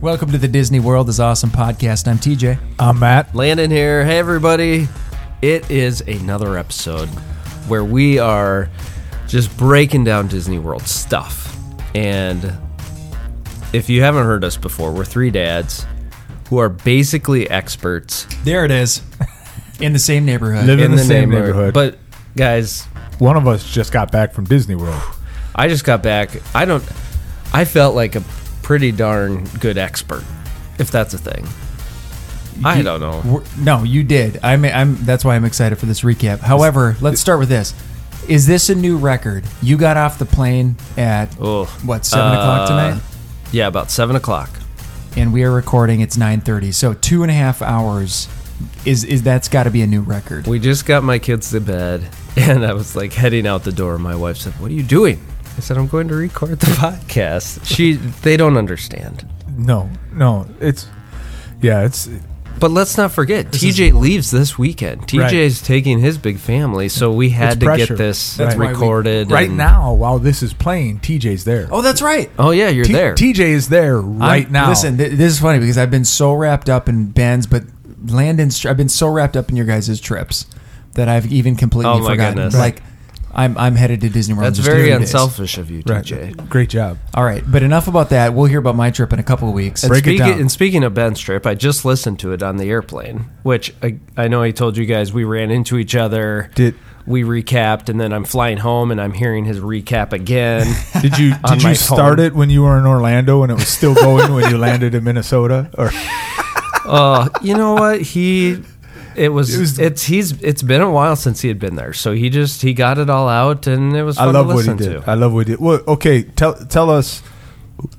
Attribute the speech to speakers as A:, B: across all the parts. A: Welcome to the Disney World is Awesome podcast. I'm TJ.
B: I'm Matt.
C: Landon here. Hey, everybody. It is another episode where we are just breaking down Disney World stuff. And if you haven't heard us before, we're three dads who are basically experts
A: There it is. In the same neighborhood.
B: Living-
C: in,
B: the
C: the,
B: same
C: neighborhood.
B: neighborhood.
C: But, guys,
B: One of us just got back from Disney World.
C: I just got back. I don't, I felt like a pretty darn good expert, if that's a thing. I don't know.
A: We're- no, you did. I'm, I'm. That's why I'm excited for this recap. However, let's start with this. Is this a new record? You got off the plane at
C: Oh,
A: what seven o'clock tonight,
C: Yeah, about seven o'clock.
A: and we are recording. It's nine thirty, so two and a half hours. Is is that's got to be a new record?
C: We just got my kids to bed, and I was like heading out the door. My wife said, "What are you doing?" I said, "I'm going to record the podcast." She, they don't understand.
B: No, no, it's yeah, it's
C: But let's not forget, TJ leaves this weekend. TJ is taking his big family, so we
B: It's
C: had to
B: pressure.
C: get this
B: That's
A: why we-
C: recorded
B: right
C: and-
B: now while this is playing. TJ's there.
A: oh, that's right.
C: Oh yeah, you're
B: T-
C: there.
B: TJ is there right
A: I'm-
B: now.
A: Listen, th- this is funny because I've been so wrapped up in Ben's, but Landon's. tri- I've been so wrapped up in your guys' trips that I've even completely
C: Oh my
A: forgotten.
C: goodness.
A: Like, I'm I'm headed to Disney World.
C: That's
A: in just
C: very
A: a few days.
C: unselfish of you,
B: right,
C: TJ.
B: great job.
A: All right, but enough about that. We'll hear about my trip in a couple of weeks.
B: Break it
C: Speaking-
B: down.
C: And speaking of Ben's trip, I just listened to it on the airplane, which I, I know I told you guys we ran into each other.
B: Did-
C: we recapped, and then I'm flying home and I'm hearing his recap again.
B: Did you
C: On
B: did
C: my
B: you
C: phone.
B: start it when you were in Orlando and it was still going when you landed in Minnesota? Or
C: uh, you know what? He it was,
B: It was-
C: it's he's it's been a while since he had been there, so he just he got it all out, and it was
B: I
C: fun
B: love
C: to
B: what he
C: listen
B: did.
C: to.
B: I love what he did. Well, okay, tell tell us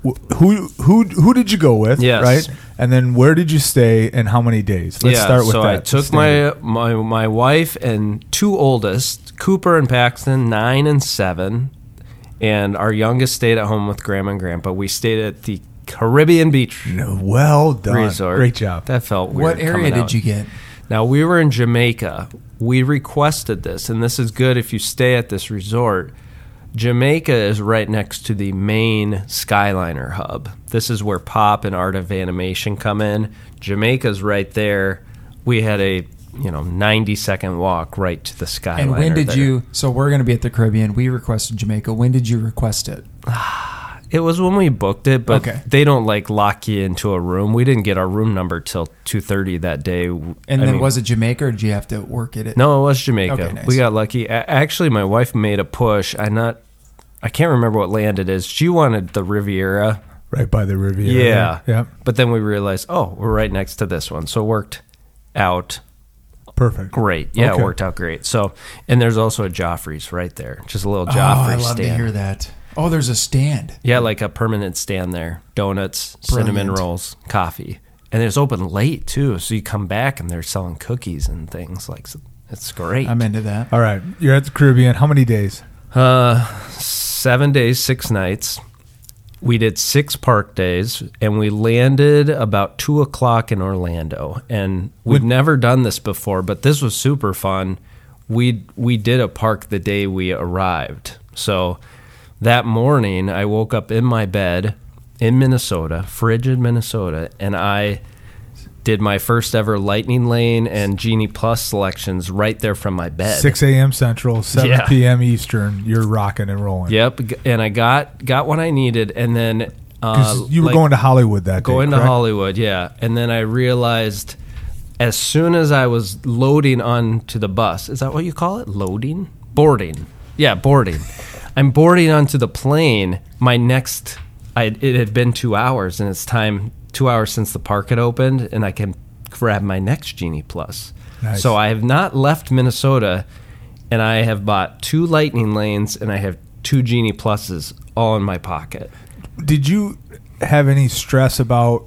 B: wh- who who who did you go with?
C: Yes.
B: right, and then where did you stay and how many days? Let's start with
C: so
B: that.
C: I took
B: Stay.
C: my, my my wife and two oldest, Cooper and Paxton, nine and seven, and our youngest stayed at home with Grandma and Grandpa. We stayed at the Caribbean Beach
B: No, well done.
C: Resort.
B: Great job.
C: That felt weird.
A: what area
C: coming
A: did
C: out.
A: you get?
C: Now we were in Jamaica. We requested this, and this is good if you stay at this resort. Jamaica is right next to the main Skyliner hub. This is where pop and art of animation come in. Jamaica's right there. We had a you know ninety second walk right to the Skyliner.
A: And when did
C: there.
A: you? So we're going to be at the Caribbean. We requested Jamaica. When did you request it?
C: It was when we booked it, but
A: Okay.
C: they don't like lock you into a room. We didn't get our room number till two thirty that day. And
A: And then was it Jamaica, or did you have to work at it?
C: No, it was Jamaica.
A: Okay, nice.
C: We got lucky. A- actually, my wife made a push. I not, I can't remember what land it is. She wanted the Riviera.
B: Right by the Riviera.
C: Yeah.
B: Yeah.
C: But then we realized, oh, we're right next to this one, so it worked out
B: Perfect.
C: great. Yeah,
B: Okay.
C: it worked out great. So, and there's also a Joffrey's right there, just a little
A: oh, I
C: Joffrey
A: love
C: stand.
A: to hear that. Oh, there's a stand.
C: Yeah, like a permanent stand there. Donuts, cinnamon
A: Brilliant.
C: rolls, coffee, and it's open late too. So you come back and they're selling cookies and things like. s- It's great.
A: I'm into that.
B: All right. You're at the Caribbean. How many days?
C: Uh, seven days, six nights. We did six park days, and we landed about two o'clock in Orlando. And we've never done this before, but this was super fun. We we did a park the day we arrived. So that morning, I woke up in my bed in Minnesota, frigid Minnesota, and I did my first ever Lightning Lane and Genie Plus selections right there from my bed.
B: 6 a.m. Central, 7
C: Uh, Yeah.
B: p.m. Eastern. You're rocking and rolling.
C: Yep, g- and I got got what I needed, and then uh,
B: 'Cause you were
C: like,
B: going to Hollywood that day.
C: going to
B: correct?
C: Hollywood, yeah, and then I realized as soon as I was loading onto the bus, is that what you call it? Loading, boarding, yeah, boarding. I'm boarding onto the plane. My next, I, it had been two hours, and it's time two hours since the park had opened, and I can grab my next Genie Plus.
B: Nice.
C: So I have not left Minnesota, and I have bought two Lightning lanes, and I have two Genie Pluses all in my pocket.
B: Did you have any stress about,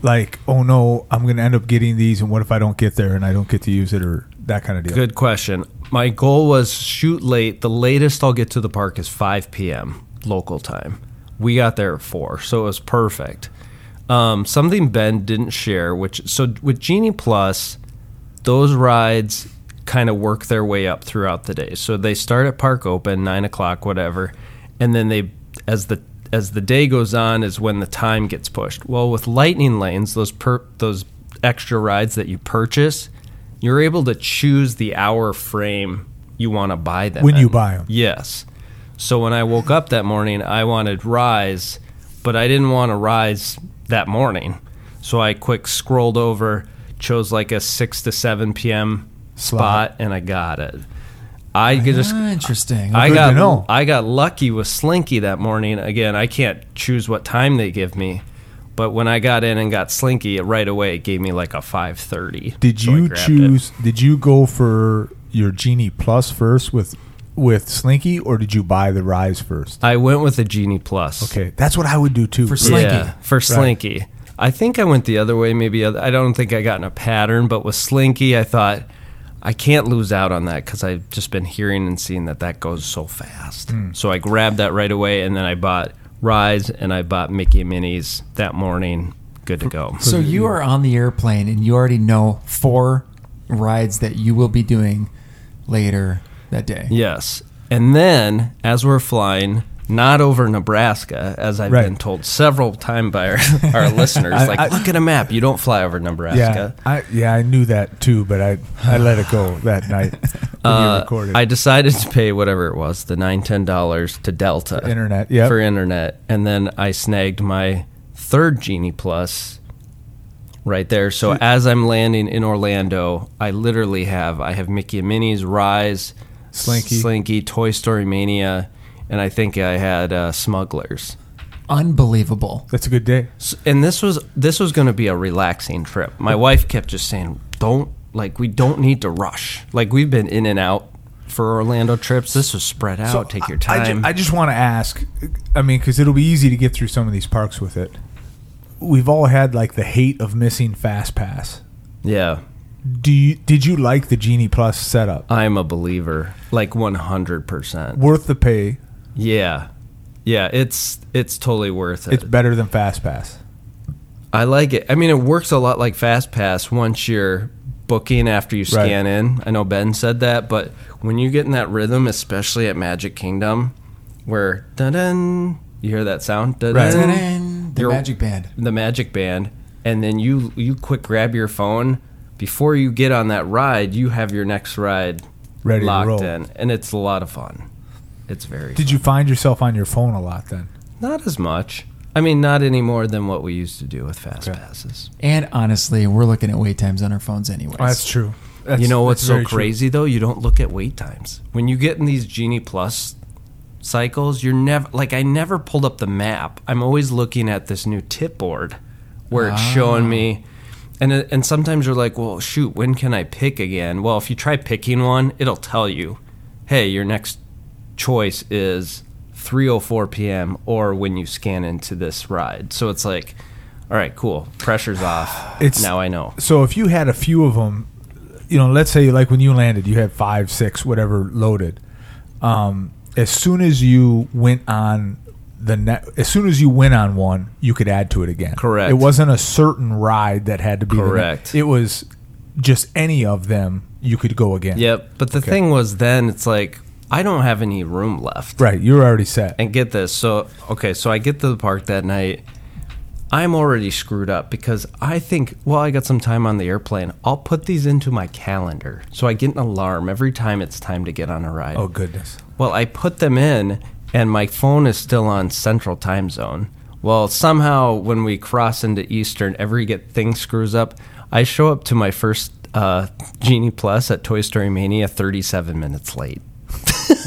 B: like, oh no, I'm going to end up getting these, and what if I don't get there and I don't get to use it or that kind of deal?
C: Good question. My goal was shoot late. The latest I'll get to the park is 5 p.m. local time. We got there at 4, so it was perfect. Um, something Ben didn't share, which so with Genie Plus, those rides kind of work their way up throughout the day. So they start at park open, nine o'clock, whatever, and then they as the as the day goes on is when the time gets pushed. Well, with lightning lanes, those per, those extra rides that you purchase, you're able to choose the hour frame you want to buy them
B: When you
C: in.
B: buy 'em.
C: Yes. So when I woke up that morning, I wanted Rise, but I didn't want to Rise that morning. So I quick scrolled over, chose like a 6 to 7 p.m.
B: Slot.
C: spot, and I got it. I could just
A: Ah, interesting.
C: I
B: Good
C: got
B: to know.
C: I got lucky with Slinky that morning. Again, I can't choose what time they give me, but when I got in and got Slinky right away, it gave me like a five thirty.
B: Did you choose? Did you go for your Genie Plus first with with Slinky, or did you buy the Rise first?
C: I went with a Genie Plus.
B: Okay, that's what I would do too.
A: For Slinky.
C: Yeah, for Slinky. I think I went the other way. Maybe other, I don't think I got in a pattern, but with Slinky, I thought I can't lose out on that because I've just been hearing and seeing that that goes so fast.
B: Hmm.
C: So I grabbed that right away, and then I bought Rise and I bought Mickey and Minnie's that morning. Good to go.
A: So you are on the airplane and you already know four rides that you will be doing later that day.
C: Yes. And then as we're flying, not over Nebraska, as I've
B: Right.
C: been told several times by our, our listeners,
B: I-
C: like,
B: I-
C: look at a map. You don't fly over
B: Yeah,
C: Nebraska.
B: I, yeah, I knew that too, but I I let it go that night when you
C: Uh,
B: recorded.
C: I decided to pay whatever it was, the nine, ten dollars to Delta
B: Internet, yep.
C: for internet. And then I snagged my third Genie Plus right there.
B: Hmm.
C: So as I'm landing in Orlando, I literally have I have Mickey and Minnie's Rise,
B: Slinky.
C: Slinky, Toy Story Mania, and I think I had uh, Smugglers.
A: Unbelievable.
B: That's a good day.
C: S- and this was this was going to be a relaxing trip. My wife kept just saying, "Don't like we don't need to rush. Like we've been in and out for Orlando trips. This was spread out.
B: So
C: Take your
B: I- I ju-
C: time."
B: I, just want to ask. I mean, because it'll be easy to get through some of these parks with it. We've all had like the hate of missing Fast Pass.
C: yeah,
B: Do you did you like the Genie Plus setup?
C: I'm a believer, like 100. percent
B: Worth the pay.
C: Yeah, yeah, it's it's totally worth it.
B: It's better than Fast Pass.
C: I like it. I mean, it works a lot like FastPass once you're booking after you
B: Right.
C: scan in. I know Ben said that, but when you get in that rhythm, especially at Magic Kingdom, where dun you hear that sound, dun
A: Ta-da! The
C: You're-
A: Magic Band.
C: the Magic Band, and then you you quick grab your phone before you get on that ride. You have your next ride
B: Ready to
C: locked
B: roll.
C: in, and it's a lot of fun. It's very
B: Did you find yourself on your phone a lot then?
C: not as much. I mean, not any more than what we used to do with fast passes.
A: And honestly, we're looking at wait times on our phones anyways.
B: true.
C: you know what's so crazy though? You don't look at wait times. When you get in these Genie Plus cycles, you're never like I never pulled up the map. I'm always looking at this new tip board where it's showing me and it- and sometimes you're like, "Well, shoot, when can I pick again?" Well, if you try picking one, it'll tell you, "Hey, your next choice is 3:04 p.m. or when you scan into this ride." So it's like, "All right, cool. Pressure's off.
B: It's-
C: now I know."
B: So if you had a few of them, you know, let's say like when you landed, you had five, six, whatever loaded. Um, as soon as you went on the net, as soon as you went on one, you could add to it again.
C: Correct.
B: It wasn't a certain ride that had to be the ne-
C: Correct.
B: it was just any of them you could go again.
C: Yep. But the
B: Okay.
C: thing was, then it's like I don't have any room left.
B: Right. You're already set.
C: And get this. So okay, so I get to the park that night. I'm already screwed up because I think, well, I got some time on the airplane. I'll put these into my calendar. So I get an alarm every time it's time to get on a ride.
B: oh goodness.
C: Well, I put them in, and my phone is still on Central Time Zone. Well, somehow when we cross into Eastern, every get thing screws up. I show up to my first uh, Genie Plus at Toy Story Mania 37 minutes late.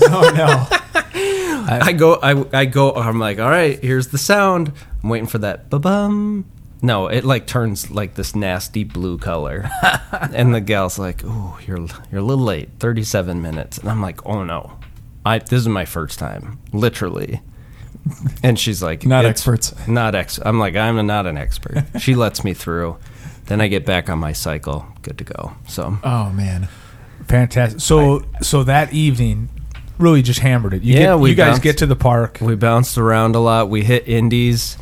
B: Oh no.
C: I go, I, I go. I'm like, all right, here's the sound. I'm waiting for that. Ba bum. No, it like turns like this nasty blue color, and the gal's like, "Ooh, you're you're a little late. 37 minutes." And I'm like, "Oh no, I this is my first time, literally." And she's like,
A: Not
C: "It's-
A: experts.
C: not ex." I'm like, "I'm not an expert." she lets me through. Then I get back on my cycle, good to go. So
A: Oh man.
B: Fantastic. So so that evening, really just hammered it. You
C: Yeah,
B: get,
C: we
B: you guys
C: bounced.
B: get to the park.
C: We bounced around a lot. We hit indies.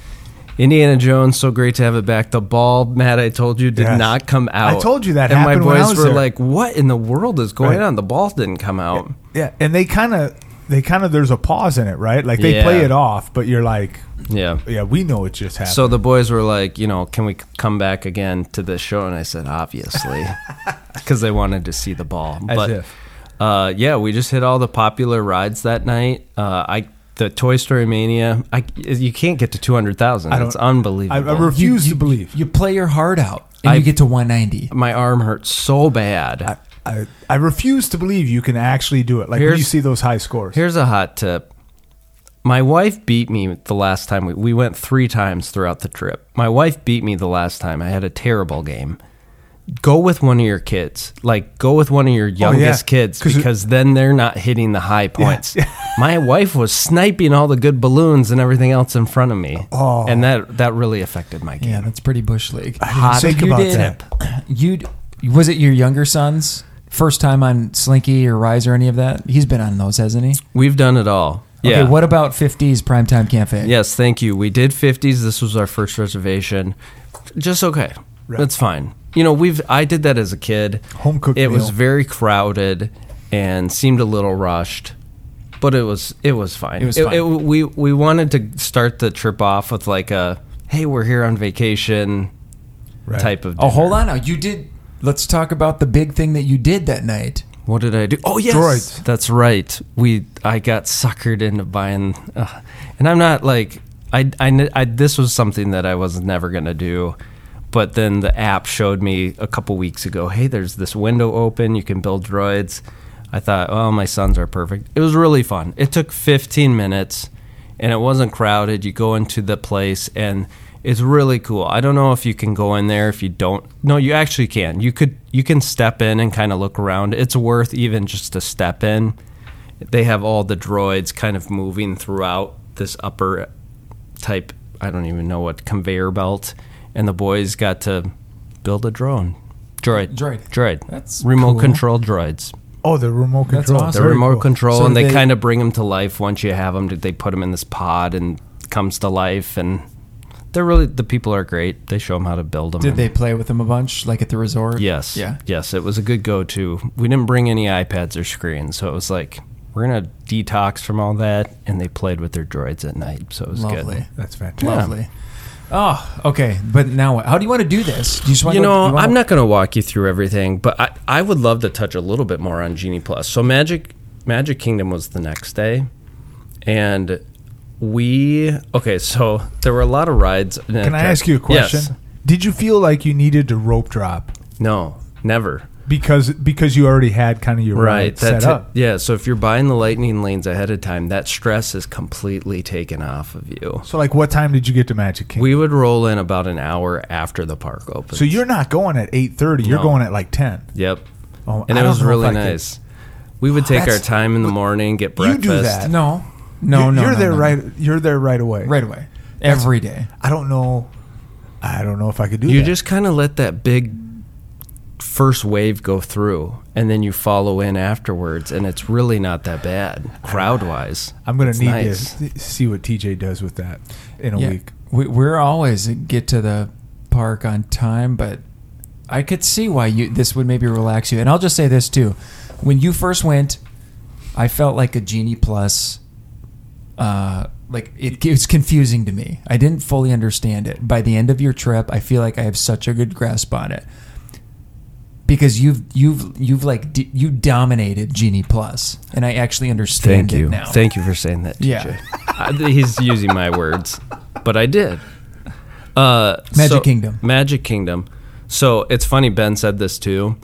C: Indiana Jones, so great to have it back. The ball, Matt, I told you, did
B: Yes.
C: not come out.
B: I told you that
C: And my
B: happened
C: boys
B: when I was
C: were
B: there.
C: like, "What in the world is going
B: Right.
C: on?" The ball didn't come out.
B: Yeah, and they kind of they kind of there's a pause in it, right? Like they play
C: Yeah.
B: it off, but you're like,
C: Yeah.
B: yeah, we know it just happened.
C: So the boys were like, you know, can we c- come back again to this show? And I said, obviously, because they wanted to see the ball.
B: As
C: but
B: if.
C: Uh, yeah, we just hit all the popular rides that night. Uh, I the Toy Story Mania. I you can't get to two hundred thousand.
B: I don't-
C: It's
B: I,
C: unbelievable.
B: I refuse to believe.
A: You play your heart out and
C: I-
A: you get to 190.
C: My arm hurts so bad.
B: I, I, I refuse to believe you can actually do it. Like when
C: Here's-
B: you see those high scores.
C: Here's a hot tip. My wife beat me the last time we, we went three times throughout the trip. My wife beat me the last time. I had a terrible game. Go with one of your kids. Like go with one of your youngest kids
B: Oh, 'Cause it-
C: because then they're not hitting the high points. My wife was sniping all the good balloons and everything else in front of me.
B: Oh.
C: And that that really affected my game.
A: Yeah, that's pretty bush league.
B: Hot think
A: you
B: about
A: did- You d- was it your younger son's first time on Slinky or Rise or any of that? He's been on those, hasn't he?
C: We've done it all. Yeah.
A: Okay, what about 50s primetime cafe?
C: Yes, thank you. We did 50s. This was our first reservation. Just okay. That's fine. You know, we've I did that as a kid.
B: Home cooked
C: It was
B: meal.
C: very crowded and seemed a little rushed, but it was it was fine. It
A: was fine.
C: we we wanted to start the trip off with like a hey, we're here on vacation
B: Right.
C: type of.
A: Oh,
C: dinner.
A: hold on now. You did. Let's talk about the big thing that you did that night.
C: What did I do? Oh yes,
B: Droids.
C: That's right. We I got suckered into buying, uh, and I'm not like I, I kn- I- this was something that I was never gonna do, but then the app showed me a couple weeks ago. Hey, there's this window open. You can build droids. I thought, oh, my sons are perfect. It was really fun. It took 15 minutes, and it wasn't crowded. You go into the place and. It's really cool. I don't know if you can go in there if you don't. No, you actually can. You could you can step in and kind of look around. It's worth even just to step in. They have all the droids kind of moving throughout this upper type. I don't even know what conveyor belt. And the boys got to build a drone, droid,
A: Droid.
C: droid.
A: That's
C: remote
A: cool.
C: control droids.
B: Oh, the remote
A: That's
B: control.
A: awesome.
C: They're
B: Very
C: remote
B: cool.
C: control,
A: So
C: and they,
A: they-
C: kind of bring them to life once you have them. They put them in this pod and comes to life, and they're really the people are great. They show them how to build them.
A: Did they play with him a bunch, like at the resort?
C: Yes.
A: Yeah.
C: Yes, it was a good go-to. We didn't bring any iPads or screens, so it was like we're gonna detox from all that, and they played with their droids at night, so it was
A: Lovely.
C: good.
B: That's fantastic.
A: Lovely. Oh, okay. But now, what? how do you want to do this? Do you just want
C: You
A: to?
C: know,
A: you wanna-
C: I'm not gonna walk you through everything, but I, I would love to touch a little bit more on Genie Plus. So Magic Magic Kingdom was the next day, and we okay. So there were a lot of rides.
B: Can I ask you a question? Did you feel like you needed to rope drop
C: No, never.
B: because because you already had kind of your
C: right
B: ride set
C: that's it.
B: up?
C: yeah so if you're buying the lightning lanes ahead of time that stress is completely taken off of you
B: So like, what time did you get to Magic Kingdom?
C: we would roll in about an hour after the park opens
B: so you're not going at eight thirty. You're
C: No.
B: going at like ten.
C: yep
B: Oh,
C: and
B: I
C: it
B: don't
C: was
B: know if I
C: really
B: could-
C: nice we would take our
A: That's-
C: time in the morning get
B: You
C: breakfast
B: do that.
A: No. No.
B: you're,
A: no.
B: You're
A: no,
B: there
A: no, no.
B: right. You're there right away.
A: Right away. Every day.
B: I don't know. I don't know if I could do.
C: you
B: that.
C: just kind of let that big first wave go through and then you follow in afterwards and it's really not that bad crowd wise
B: I'm gonna
C: It's
B: need
C: nice.
B: to s- see what TJ does with that in a
A: yeah.
B: week.
A: We, we're always uh, get to the park on time, but I could see why you this would maybe relax you. And I'll just say this too: when you first went, I felt like a genie plus. Uh, like it, it's confusing to me. I didn't fully understand it. By the end of your trip, I feel like I have such a good grasp on it because you've you've you've like d- you dominated Genie Plus, and I actually understand
C: Thank
A: it
C: you.
A: now.
C: Thank you for saying that,
A: Yeah.
C: TJ. I- he's using my words, but I did. Uh,
A: Magic
C: so-
A: Kingdom.
C: Magic Kingdom. So it's funny, Ben said this too.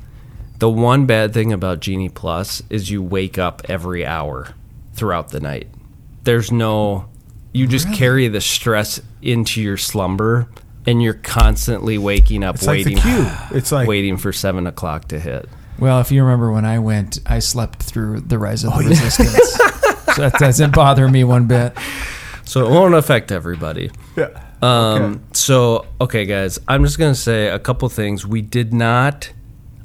C: The one bad thing about Genie Plus is you wake up every hour throughout the night. There's no, you just carry the stress into your slumber and you're constantly waking up,
B: It's like the
C: waiting,
B: queue. It's like
C: waiting for seven o'clock to hit.
A: Well, if you remember when I went, I slept through the Rise of the Resistance. so that doesn't bother me one bit.
C: So it won't affect everybody.
B: Yeah.
C: Um,
B: Okay.
C: So, okay, guys, I'm just gonna say a couple things. We did not.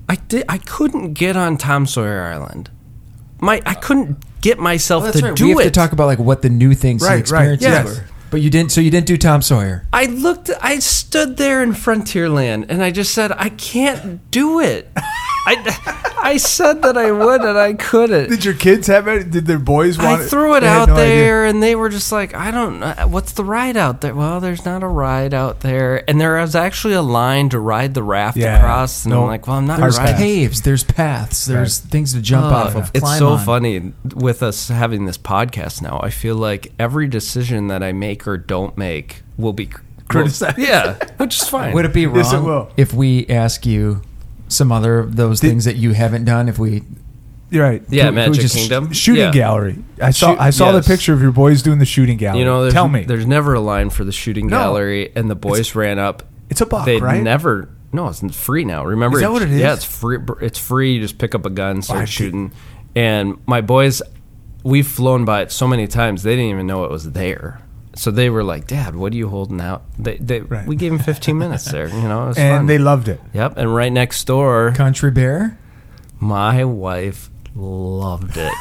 C: I did. I couldn't get on Tom Sawyer Island. My I couldn't get myself to do
A: we have
C: it.
A: to talk about like what the new things
B: Right,
A: and
B: right,
A: experiences
C: yes.
A: were. But you didn't. So you didn't do Tom Sawyer.
C: I looked. I stood there in Frontierland, and I just said, I can't do it. I. I said that I would, and I couldn't.
B: Did your kids have it? Did their boys want
C: I threw it
B: They had
C: out
B: no idea.
C: there, and they were just like, "I don't know what's the ride out there." Well, there's not a ride out there, and there is actually a line to ride the raft
B: Yeah.
C: across. And
B: Nope.
C: I'm like, "Well, I'm not
A: There's
B: Hard pass.
C: riding."
A: caves. There's paths. There's things to jump
C: Oh,
A: off of.
C: it's
A: climb
C: so
A: on.
C: funny with us having this podcast now. I feel like every decision that I make or don't make will be
B: Criticized.
C: will- yeah, which is fine.
A: Would it be wrong
B: Yes, it will.
A: if we ask you some other of those
B: Did-
A: things that you haven't done? If we
B: You're right.
C: yeah,
A: Can we- can we
C: Magic
A: just
C: Kingdom
B: Shooting
C: Yeah.
B: gallery. I saw.
C: Shoot-
B: I saw
C: yes.
B: the picture of your boys doing the shooting gallery.
C: You know, there's,
B: Oh, tell me,
C: there's never a line for the shooting
B: No.
C: gallery, and the boys ran up.
B: it's a buck,
C: They
B: right?
C: never. No, it's free now. Remember,
B: Is that what it
C: Yeah,
B: is? Oh,
C: it's free. It's free. You just pick up a gun, start
B: I see.
C: shooting. And my boys, we've flown by it so many times they didn't even know it was there. So they were like, "Dad, what are you holding out?" They, they
B: Right.
C: we gave them 15 minutes there. You know, it was
B: and
C: fun.
B: they loved it.
C: Yep, and right next door,
A: country bear,
C: my wife loved it.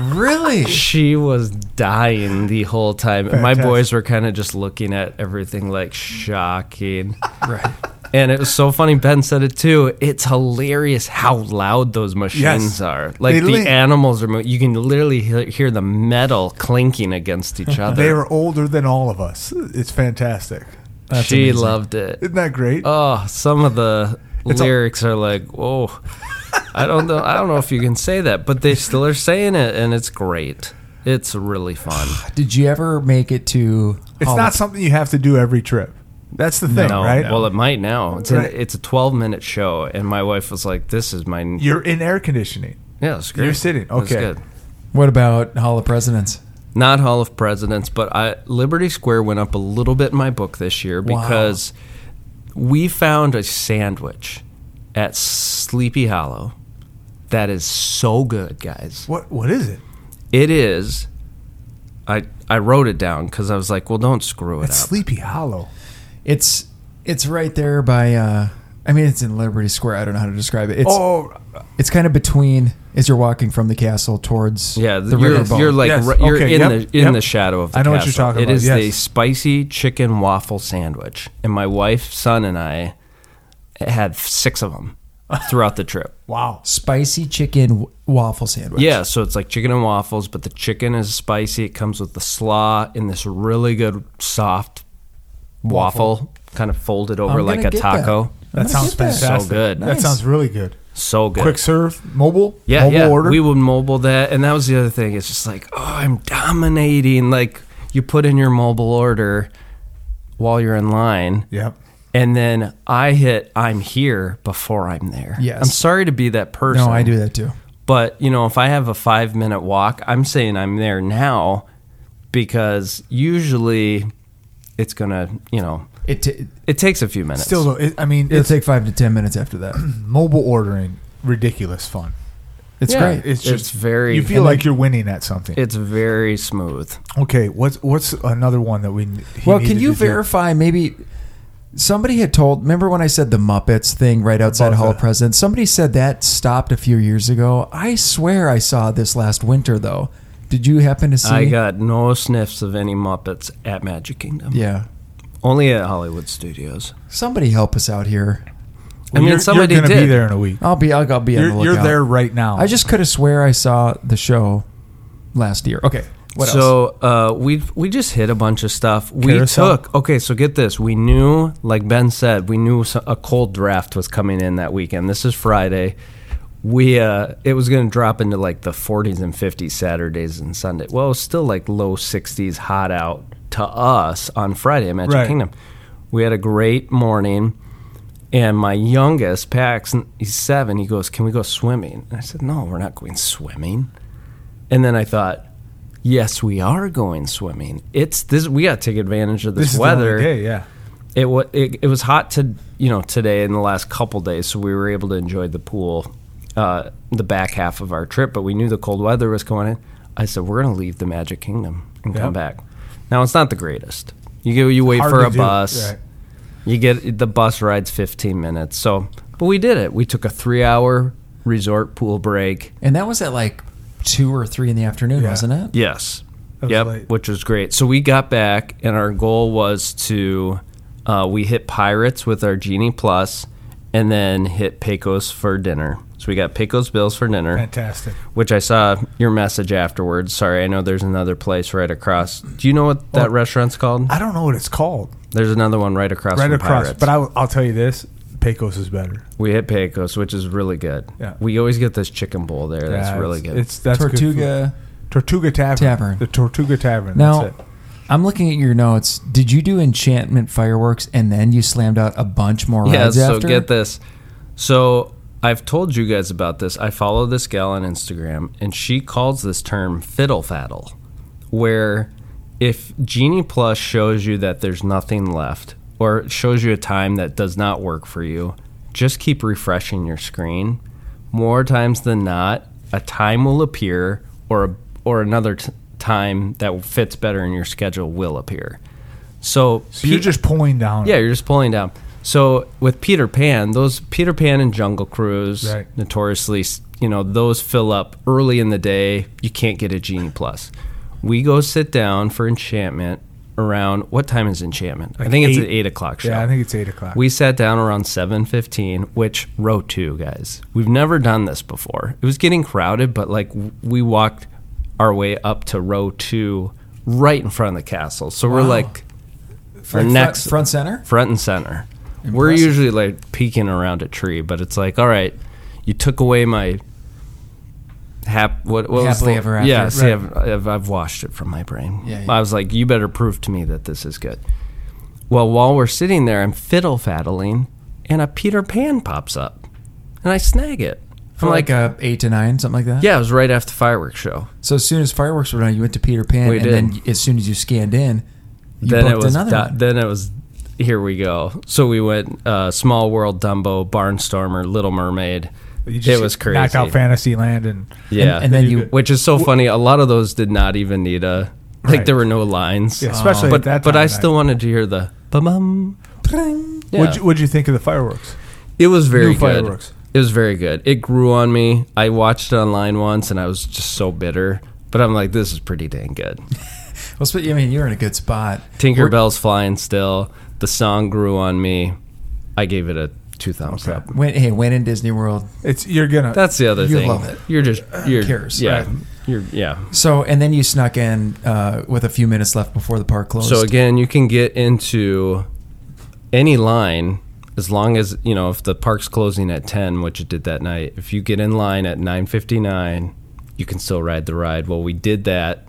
A: really?
C: She was dying the whole time. and My
B: Fantastic.
C: boys were kind of just looking at everything like shocking.
A: right.
C: And it was so funny. Ben said it too. It's hilarious how loud those machines
B: Yes.
C: are. Like
B: They
C: the
B: link.
C: animals are. mo- You can literally he- hear the metal clinking against each other.
B: They are older than all of us. It's fantastic.
A: That's
C: she
A: amazing.
C: loved it.
B: Isn't that great?
C: Oh, some of the
B: It's a-
C: lyrics are like, oh, I don't know. I don't know if you can say that, but they still are saying it, and it's great. It's really fun.
A: Did you ever make it to?
B: it's
A: Hall-
B: not something you have to do every trip. That's the thing,
C: No,
B: right?
C: Well, it might now. It's
B: Right.
C: an, it's a 12 minute show, and my wife was like, "This is my
B: You're in air conditioning.
C: yeah, it's great.
B: you're sitting.
C: It was
B: Okay.
C: good.
A: What about Hall of Presidents?
C: Not Hall of Presidents, but I, Liberty Square went up a little bit in my book this year
A: Wow.
C: because we found a sandwich at Sleepy Hollow that is so good, guys.
B: What What is it?
C: It is. I I wrote it down because I was like, well, don't screw it
B: It's
C: up.
B: Sleepy Hollow.
A: It's it's right there by. uh I mean, it's in Liberty Square. I don't know how to describe it. It's
B: oh,
A: it's kind of between as you're walking from the castle towards
C: Yeah,
A: the
C: you're,
A: riverboat.
C: you're like
B: Yes.
C: ri- you're
B: Okay,
C: in
B: yep,
C: the in
B: yep.
C: the shadow of. The
B: I know what you're
C: castle.
B: talking
C: It
B: about,
C: is the
B: yes.
C: spicy chicken waffle sandwich, and my wife, son, and I had six of them throughout the trip.
B: wow.
A: spicy chicken w- waffle sandwich.
C: Yeah, so it's like chicken and waffles, but the chicken is spicy. It comes with the slaw and this really good soft waffle, kind of folded over
A: I'm
C: like
A: gonna
C: a
A: get
C: taco.
A: I'm
B: That
A: gonna
B: sounds
A: get that.
B: fantastic.
C: So good.
B: That
A: Nice.
B: sounds really good.
C: So good.
B: Quick serve, mobile,
C: Yeah,
B: mobile
C: yeah.
B: order.
C: We would mobile that, and that was the other thing. It's just like, oh, I'm dominating. Like you put in your mobile order while you're in line,
B: yep.
C: and then I hit I'm here before I'm there.
A: Yes.
C: I'm sorry to be that person.
A: No, I do that too.
C: But you know, if I have a five minute walk, I'm saying I'm there now because usually it's gonna, you know,
A: It t-
C: it takes a few minutes.
B: Still, though, it, I mean,
A: it'll
B: it's
A: take five to ten minutes after that.
B: mobile ordering, ridiculous fun.
A: It's
C: Yeah.
A: great.
B: It's
C: It's
B: just
C: very-
B: You feel
C: and
B: like you're winning at something.
C: it's very smooth.
B: okay, what's what's another one that we? he
A: well,
B: needed
A: can you
B: to do?
A: verify? Maybe somebody had told. Remember when I said the Muppets thing right outside
B: About
A: Hall of
B: the-
A: Presidents? Somebody said that stopped a few years ago. I swear I saw this last winter though. Did you happen to see?
C: I got no sniffs of any Muppets at Magic Kingdom.
A: yeah.
C: Only at Hollywood Studios.
A: Somebody help us out here.
C: I mean,
B: you're,
C: somebody
B: you're gonna be
C: did.
B: there in a week.
A: I'll be. I'll, I'll be on
B: You're,
A: the
B: you're
A: lookout.
B: there right now.
A: I just could have swear I saw the show last year. Okay. What else?
C: so uh, we we just hit a bunch of stuff. We
B: Carousel?
C: took okay. So get this. We knew, like Ben said, we knew so- a cold draft was coming in that weekend. This is Friday. We uh, it was going to drop into like the 40s and 50s Saturdays and Sunday. Well, it was still like low 60s, hot out to us on Friday at Magic
B: Right.
C: Kingdom. We had a great morning. And my youngest, Pax, he's seven. He goes, "Can we go swimming?" And I said, "No, we're not going swimming." And then I thought, "Yes, we are going swimming. It's this. We got to take advantage of this,
B: this is
C: weather.
B: The only day, yeah.
C: It was it, it was hot to you know today in the last couple days, so we were able to enjoy the pool, uh, the back half of our trip. But we knew the cold weather was coming in. I said, "We're going to leave the Magic Kingdom and come
B: Yep.
C: back." Now it's not the greatest. You go, you wait
B: Hard
C: for
B: to
C: a
B: do.
C: bus.
B: Right.
C: You get the bus rides 15 minutes. So, but we did it. We took a three hour resort pool break.
A: and that was at like two or three in the afternoon,
B: Yeah.
A: wasn't it?
C: Yes.
B: That was
C: Yep.
B: late.
C: Which was great. So we got back, and our goal was to uh, we hit Pirates with our Genie Plus, and then hit Pecos for dinner. So So we got Pecos Bills for dinner,
B: Fantastic.
C: which I saw your message afterwards. Sorry, I know there's another place right across. Do you know what that
B: Oh.
C: restaurant's called?
B: I don't know what it's called.
C: There's another one right across.
B: right
C: from
B: across.
C: Pirates.
B: But I, will I'll tell you this: Pecos is better.
C: we hit Pecos, which is really good.
B: Yeah.
C: We always get this chicken bowl there. That's
B: Yeah,
C: really
B: it's-
C: good.
B: It's that's good food.
A: Tortuga.
B: Tortuga Tavern.
A: Tavern.
B: The Tortuga Tavern.
A: Now,
B: that's it.
A: I'm looking at your notes. Did you do enchantment fireworks and then you slammed out a bunch more
C: yeah.
A: rides
C: So
A: after?
C: get this. So I've told you guys about this. I follow this gal on Instagram, and she calls this term fiddle faddle, where if Genie Plus shows you that there's nothing left, or it shows you a time that does not work for you, just keep refreshing your screen. More times than not, a time will appear, or a, or another t- time that fits better in your schedule will appear. So,
B: So you're
C: pe-
B: just pulling down.
C: yeah, you're just pulling down. So with Peter Pan, those Peter Pan and Jungle Cruise,
B: Right.
C: notoriously, s- you know, those fill up early in the day. You can't get a Genie Plus. We go sit down for Enchantment around what time is Enchantment? I
B: Like
C: think it's
B: eight.
C: an eight o'clock show.
B: Yeah, I think it's eight o'clock.
C: We sat down around 7:15, which row 2, guys. We've never done this before. It was getting crowded, but like w- we walked our way up to row 2 right in front of the castle. So we're
A: Wow.
C: like
A: For
C: Our
A: front,
C: next-
A: front center?
C: front and center. We're
A: Impressive.
C: usually like peeking around a tree, but it's like, all right, you took away my hap. What, what was
A: Happily
C: the-
A: ever after.
C: Yeah, see,
B: Right.
C: I've, I've, I've washed it from my brain.
A: Yeah, yeah.
C: I was like, you better prove to me that this is good. Well, while we're sitting there, I'm fiddle faddling, and a Peter Pan pops up, and I snag it.
A: For
C: I'm
A: like
C: like,
A: a eight to nine, something like that?
C: yeah, it was right after the fireworks show.
A: So as soon as fireworks were done, you went to Peter Pan,
C: We
A: and
C: did.
A: then as soon as you scanned in, you
C: then it
A: booked
C: was
A: another
C: du-
A: one.
C: then it was here we go. So we went uh, Small World, Dumbo, Barnstormer, Little Mermaid.
B: You just
C: it was crazy.
B: Knocked out Fantasyland and
C: Yeah,
A: and, and then you
C: which is so funny. A lot of those did not even need a like.
B: Right.
C: There were no lines,
B: Yeah, especially
C: but
B: at that
C: but
B: time
C: I
B: of night.
C: still wanted to hear the bum. Yeah.
B: What'd, you, what'd you think of the fireworks?
C: It was very
B: New
C: good.
B: fireworks.
C: It was very good. It grew on me. I watched it online once, and I was just so bitter. But I'm like, this is pretty dang good.
A: well, sp- I mean, you're in a good spot.
C: Tinkerbell's flying still. The song grew on me. I gave it a two thumbs up.
A: When, hey, when in Disney World.
B: It's you're gonna.
C: That's the other
A: You
C: thing.
A: love it.
C: You're just you're
A: cares,
C: Yeah,
A: right?
C: you're yeah.
A: So, and then you snuck in uh, with a few minutes left before the park closed.
C: So again, you can get into any line as long as you know if the park's closing at ten, which it did that night. If you get in line at nine fifty nine, you can still ride the ride. Well, we did that,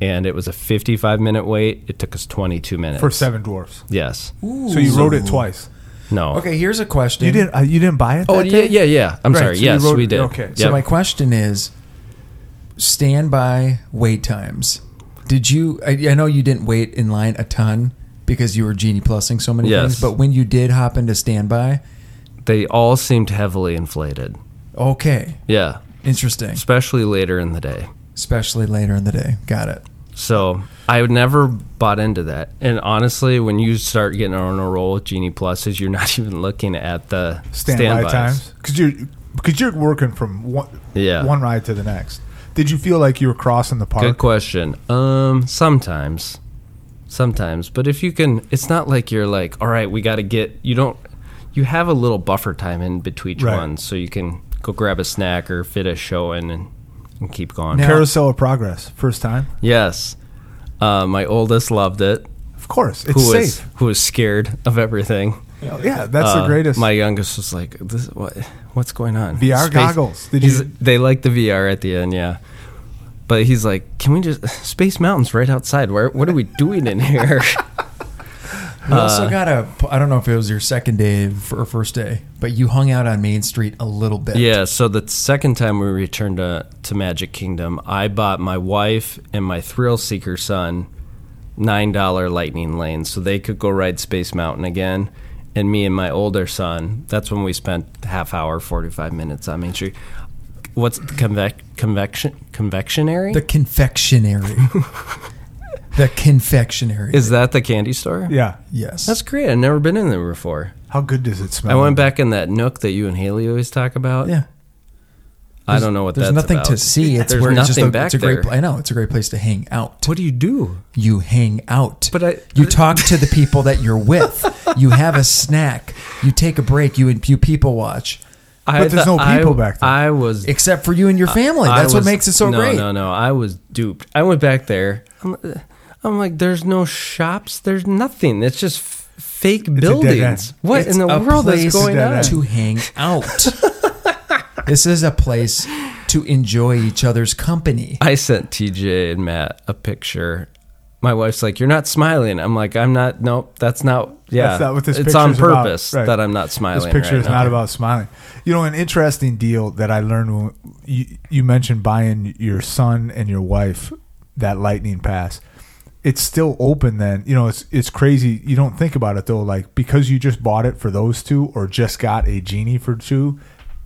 C: and it was a fifty five minute wait. It took us twenty two minutes
B: for Seven Dwarfs.
C: Yes.
B: So you wrote it twice.
C: No.
A: Okay, here's a question.
B: You didn't. Uh, you didn't buy it.
C: Oh
B: that
C: yeah,
B: day?
C: yeah, yeah. I'm
B: Right,
C: sorry.
B: so you
C: yes,
B: wrote
C: we
B: it-
C: did.
B: okay.
A: So
C: Yep.
A: my question is, standby wait times. Did you? I, I know you didn't wait in line a ton because you were genie plusing so many
C: Yes.
A: things. But when you did hop into standby,
C: they all seemed heavily inflated.
A: okay,
C: Yeah,
A: interesting.
C: especially later in the day.
A: Especially later in the day. Got it.
C: So I would never bought into that. And honestly, when you start getting on a roll with Genie Pluses, you're not even looking at the
B: Standby
C: standbys.
B: times because you're because you're working from one
C: Yeah.
B: one ride to the next. Did you feel like you were crossing the
C: Good
B: park?
C: question. Um, sometimes, sometimes, but if you can, it's not like you're like, all right, we got to get. You don't. You have a little buffer time in between each
B: Right.
C: one, so you can go grab a snack or fit a show in and, and keep going.
A: Now-
B: Carousel of Progress, first time.
C: yes, uh, my oldest loved it.
B: Of course, it's
C: Who was
B: safe.
C: who was scared of everything.
B: Yeah, that's
C: Uh,
B: the greatest.
C: My youngest was like, "This what? What's going on?"
B: VR
C: Space-
B: goggles. Did
C: he's-
B: you-
C: They like the VR at the end, yeah. But he's like, "Can we just Space Mountain's right outside? Where? What are we doing in here?"
A: We
B: Uh,
A: also got a. I don't know if it was your second day f- or first day, but you hung out on Main Street a little bit.
C: yeah. So the second time we returned to to Magic Kingdom, I bought my wife and my thrill seeker son nine dollar lightning lanes, so they could go ride Space Mountain again. And me and my older son. That's when we spent half hour, forty five minutes on Main Street. What's the convec- convection convectionary?
A: The confectionery. the confectionery.
C: Is that the candy store?
B: yeah,
A: yes.
C: That's great. I've never been in there before.
B: how good does it
C: I
B: smell?
C: went back in that nook that you and Haley always talk about.
A: Um, yeah.
C: I don't know what
A: There's
C: that's
A: nothing
C: about.
A: to see. It's
C: There's
A: where it's just
C: nothing
A: a,
C: back
A: it's a
C: there.
A: great. pla- I know it's a great place to hang out.
C: What do you do?
A: You hang out.
C: But I-
A: you talk to the people that you're with. you have a snack. You take a break. You you people watch.
C: I,
B: But there's no
C: I-
B: people back there.
C: I was
A: Except for you and your family.
C: I
A: That's what
C: was-
A: makes it so
C: no,
A: great.
C: No, no, I was duped. I went back there. I'm, I'm like, there's no shops. There's nothing. It's just f- fake
B: dead
C: buildings.
B: end.
C: What
A: It's
C: in the
A: a
C: world is
A: place
C: going
B: dead
C: on?
B: end.
A: to hang out. this is a place to enjoy each other's company.
C: I sent TJ and Matt a picture. My wife's like, "You're not smiling." I'm like, "I'm not. Nope, that's not. Yeah,
B: That's not what this
C: It's on
B: picture's about.
C: purpose
B: Right.
C: that I'm not smiling.
B: This picture
C: right
B: is not
C: now.
B: about smiling. You know, an interesting deal that I learned when you, you mentioned buying your son and your wife that lightning pass. It's still open then. You know, it's it's crazy. You don't think about it though, like because you just bought it for those two or just got a genie for two,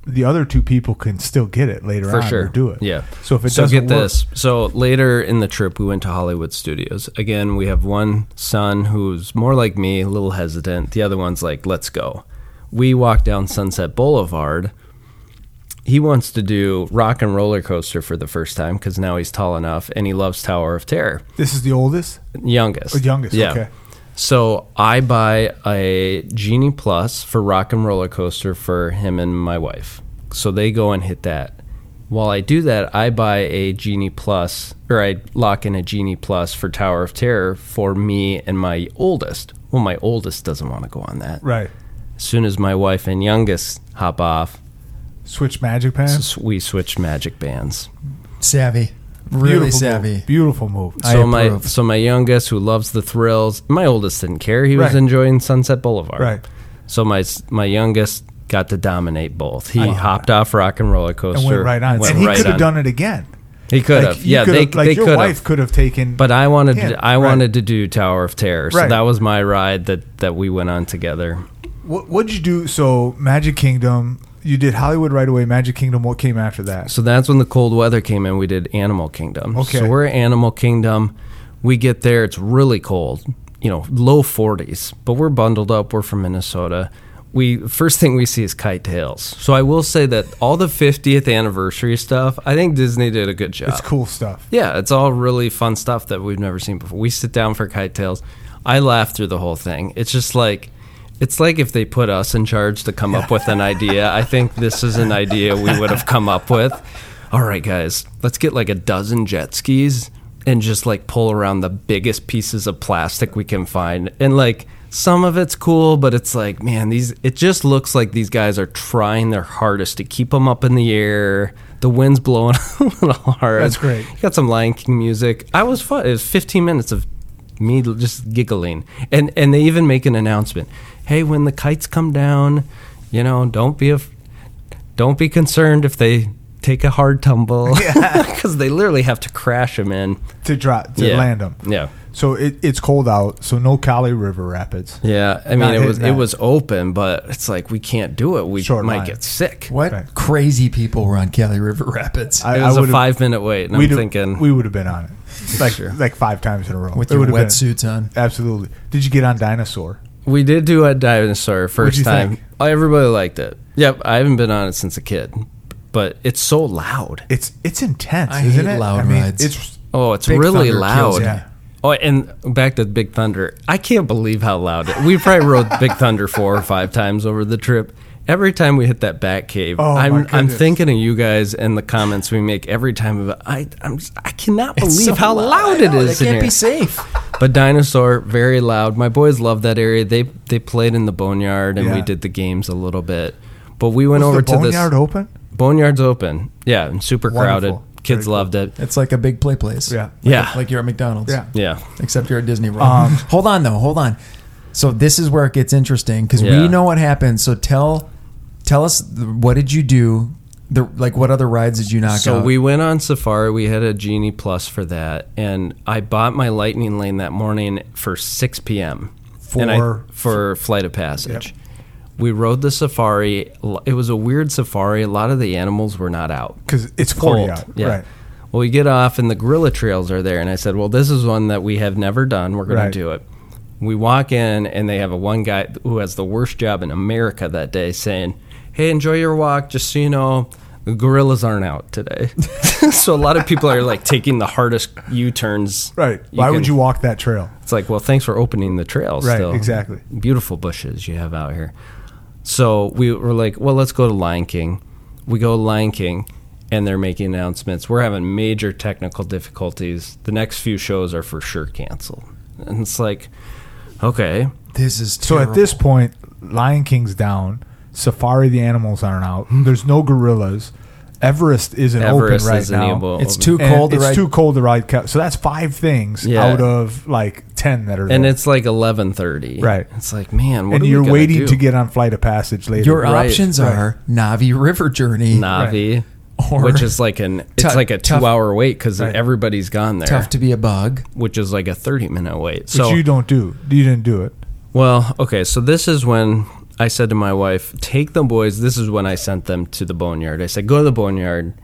B: the other two people can still get it later
C: for
B: on
C: sure.
B: or do it.
C: Yeah.
B: So if it
C: so
B: doesn't
C: get
B: work-
C: this. So later in the trip, we went to Hollywood Studios. Again, we have one son who's more like me, a little hesitant. The other one's like, "Let's go." We walk down Sunset Boulevard. He wants to do Rock and Roller Coaster for the first time because now he's tall enough and he loves Tower of Terror.
B: this is the oldest.
C: Youngest.
B: Oh, youngest, okay.
C: So I buy a Genie Plus for Rock and Roller Coaster for him and my wife. So they go and hit that. While I do that, I buy a Genie Plus, or I lock in a Genie Plus for Tower of Terror for me and my oldest. Well, my oldest doesn't want to go on that.
B: Right.
C: As soon as my wife and youngest hop off,
B: Switch magic pants.
C: s- we switch magic bands.
A: Savvy. Really
B: Beautiful
A: savvy.
B: Move. Beautiful move.
A: I
C: so my
A: approve.
C: so my youngest who loves the thrills my oldest didn't care he was
B: Right.
C: enjoying sunset boulevard
B: Right.
C: so my s- my youngest got to dominate both he hopped off rock and roller coaster
B: Ah. and went right on.
C: went
B: and he
C: right
B: could
C: on.
B: have done it again.
C: he could
B: Like,
C: have
B: you
C: yeah
B: could
C: they,
B: have- like
C: they
B: your
C: could
B: wife
C: have
B: could have taken.
C: but i wanted
B: Yeah,
C: to, i
B: right.
C: wanted to do tower of terror so
B: Right.
C: that was my ride that that we went on together
B: what what'd you do? So Magic Kingdom, you did Hollywood right away. Magic Kingdom, what came after that?
C: So that's when the cold weather came in. We did Animal Kingdom.
B: Okay.
C: So we're at Animal Kingdom. We get there. It's really cold. You know, low 40s. But we're bundled up. We're from Minnesota. We first thing we see is kite tails. So I will say that all the 50th anniversary stuff, I think Disney did a good job.
B: It's cool stuff.
C: Yeah, it's all really fun stuff that we've never seen before. We sit down for kite tails. I laugh through the whole thing. It's just like it's like if they put us in charge to come up with an idea. I think this is an idea we would have come up with. All right, guys, let's get like a dozen jet skis and just like pull around the biggest pieces of plastic we can find. And like some of it's cool, but it's like, man, these it just looks like these guys are trying their hardest to keep them up in the air. The wind's blowing a little hard.
B: That's great.
C: Got some Lion King music. I was fun. It was 15 minutes of me l- just giggling, and and they even make an announcement. Hey, when the kites come down, you know, don't be a, don't be concerned if they take a hard tumble, because they literally have to crash them in
B: To drop to
C: Yeah.
B: land them.
C: Yeah.
B: So it, it's cold out. So no Cali River rapids.
C: Yeah, I mean
B: Not
C: it
B: hitting
C: was it
B: that.
C: was open, but it's like we can't do it. We
B: Short
C: might
B: line.
C: get sick.
A: What
B: Right.
A: crazy people were on Cali River Rapids
B: I-
C: It was a
B: would've-
C: five minute wait, and I'm
B: we'd have-
C: thinking
B: we would have been on it, like like five times in a row
A: with
B: It
A: your
B: would've been-
A: wetsuits on.
B: Absolutely. Did you get on dinosaur?
C: We did do a dinosaur first
B: you
C: time. Oh,
B: think?
C: Everybody liked it. Yep, I haven't been on it since a kid, but it's so loud.
B: It's it's intense,
A: I
B: isn't
A: hate
B: it?
A: loud
B: I mean,
A: rides.
B: It's
C: Oh, it's
B: Big
C: really
B: Thunder
C: loud.
B: kills it.
C: Oh, and back to Big Thunder. I can't believe how loud it. We probably rode Big Thunder four or five times over the trip. Every time we hit that back cave,
B: Oh, my
C: I'm I'm
B: goodness.
C: thinking of you guys and the comments we make every time. About, I I'm just, I cannot believe
A: so
C: how
A: loud.
C: loud
A: I
C: it
A: know,
C: is.
A: They
C: in
A: can't
C: here.
A: be safe.
C: But dinosaur, very loud. My boys love that area. They they played in the boneyard, and we
B: Yeah.
C: did the games a little bit. But we went
B: was
C: over to
B: the
C: this
B: boneyard open.
C: boneyard's open. Yeah, and super crowded.
B: Wonderful.
C: Kids
B: Very cool.
C: loved it.
A: It's like a big play place.
B: Yeah.
C: Yeah.
A: Like you're at McDonald's.
B: Yeah.
C: Yeah,
A: Except you're at Disney World.
B: Um,
A: hold on though, hold on. So this is where it gets interesting because
C: Yeah.
A: we know what happened. So tell tell us th- what did you do? The like what other rides did you knock
C: So
A: out?
C: we went on Safari. We had a Genie Plus for that, and I bought my Lightning Lane that morning for 6 p.m. and I-
B: For-
C: for Flight of Passage. We rode the Safari. L- It was a weird Safari. A lot of the animals were not out.
B: Because it's forty
C: Cold.
B: out.
C: Yeah.
B: Right.
C: Well, we get off, and the gorilla trails are there, and I said, "Well, this is one that we have never done. We're going
B: Right.
C: to do it." We walk in, and they have a one guy who has the worst job in America that day, saying, "Hey, enjoy your walk. Just so you know." The gorillas aren't out today, so a lot of people are like taking the hardest U turns.
B: Right. Why would
C: can-
B: you walk that trail?
C: It's like, well, thanks for opening the trail.
B: Right,
C: still.
B: exactly.
C: Beautiful bushes you have out here. So we were like, well, let's go to Lion King. We go to Lion King, and they're making announcements. We're having major technical difficulties. The next few shows are for sure canceled. And it's like, okay,
A: This is
B: So
A: terrible.
B: at this point, Lion King's down. Safari the animals aren't out. There's no gorillas. Everest isn't
C: Hmm. Everest
B: open right
C: isn't
B: now.
C: able-
A: it's too
B: And
A: cold. to
B: It's
A: ride-
B: too cold to ride. Cow- so that's five things
C: Yeah.
B: out of like ten that are.
C: and
B: there.
C: it's like eleven thirty.
B: Right.
C: It's like, man, what
B: and
C: are we
B: you're
C: gonna
B: waiting
C: do?
B: to get on flight of passage later.
A: Your
C: Right,
A: options
B: right.
A: are Navi River Journey,
C: Navi.
A: Or-
C: which is like an it's
A: Tough-
C: like a two
A: tough-
C: hour wait because
B: Right.
C: everybody's gone there,
A: Tough to be a bug.
C: which is like a thirty minute wait.
B: which
C: So
B: you don't do. You didn't do it.
C: Well, okay, so this is when I said to my wife, "Take the boys." This is when I sent them to the boneyard. I said, "Go to the boneyard.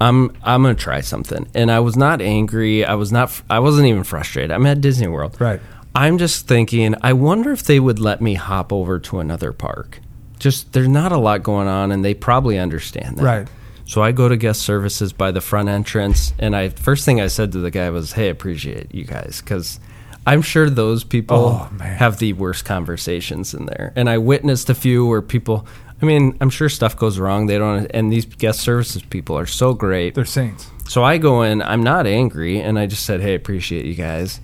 C: I'm I'm gonna try something." And I was not angry. I was not. I wasn't even frustrated. I'm at Disney World.
B: Right.
C: I'm just thinking. I wonder if they would let me hop over to another park. Just there's not a lot going on, and they probably understand that.
B: Right.
C: So I go to guest services by the front entrance, and I first thing I said to the guy was, "Hey, I appreciate you guys," because I'm sure those people
B: Oh, man.
C: have the worst conversations in there. And I witnessed a few where people, I mean, I'm sure stuff goes wrong. They don't, and these guest services people are so great.
B: They're saints.
C: So I go in, I'm not angry, and I just said, Hey, appreciate you guys.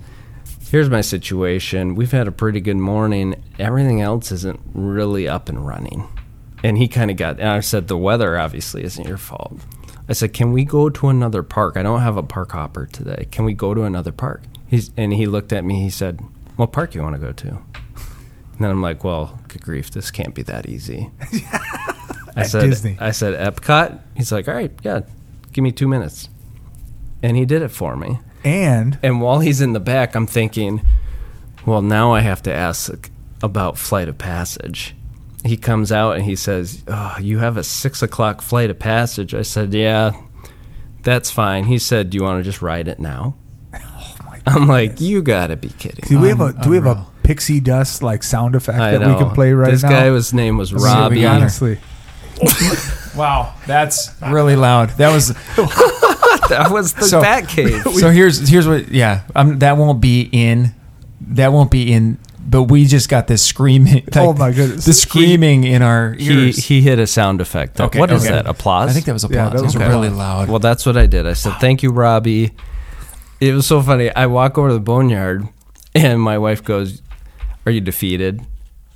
C: Here's my situation. We've had a pretty good morning. Everything else isn't really up and running. And he kind of got, and I said, The weather obviously isn't your fault. I said, Can we go to another park? I don't have a park hopper today. Can we go to another park? He's, and he looked at me, he said, What park you want to go to? And then I'm like, Well, good grief, this can't be that easy. I
B: At
C: said,
B: Disney.
C: I said, Epcot. He's like, All right, yeah, give me two minutes and he did it for me.
B: And
C: And while he's in the back, I'm thinking, well, now I have to ask about Flight of Passage. He comes out and he says, oh, You have a six o'clock flight of passage. I said, Yeah, that's fine. He said, Do you want to just ride it now?
A: Oh
C: I'm like, You got to be kidding.
B: do we have a
A: Un-
B: do we have a
A: unreal.
B: pixie dust like sound effect
C: I
B: that we
C: know.
B: can play right
C: this
B: now?
C: guy, his name was
A: see what we got
C: Robbie.
A: here.
B: honestly.
A: Wow, that's really loud. That was
C: That was the
A: So-
C: Batcave.
A: so. Here's here's what. Yeah, um, that won't be in. That won't be in. But we just got this screaming. Like,
B: Oh, my goodness.
A: The screaming in our
C: He,
A: ears.
C: he hit a sound effect. What is
A: okay.
C: that? Applause?
A: I think that was applause.
B: Yeah, that
A: it was
B: was applause.
A: really loud.
C: Well, that's what I did. I said, "Thank you, Robbie." It was so funny. I walk over to the boneyard, and my wife goes, "Are you defeated?"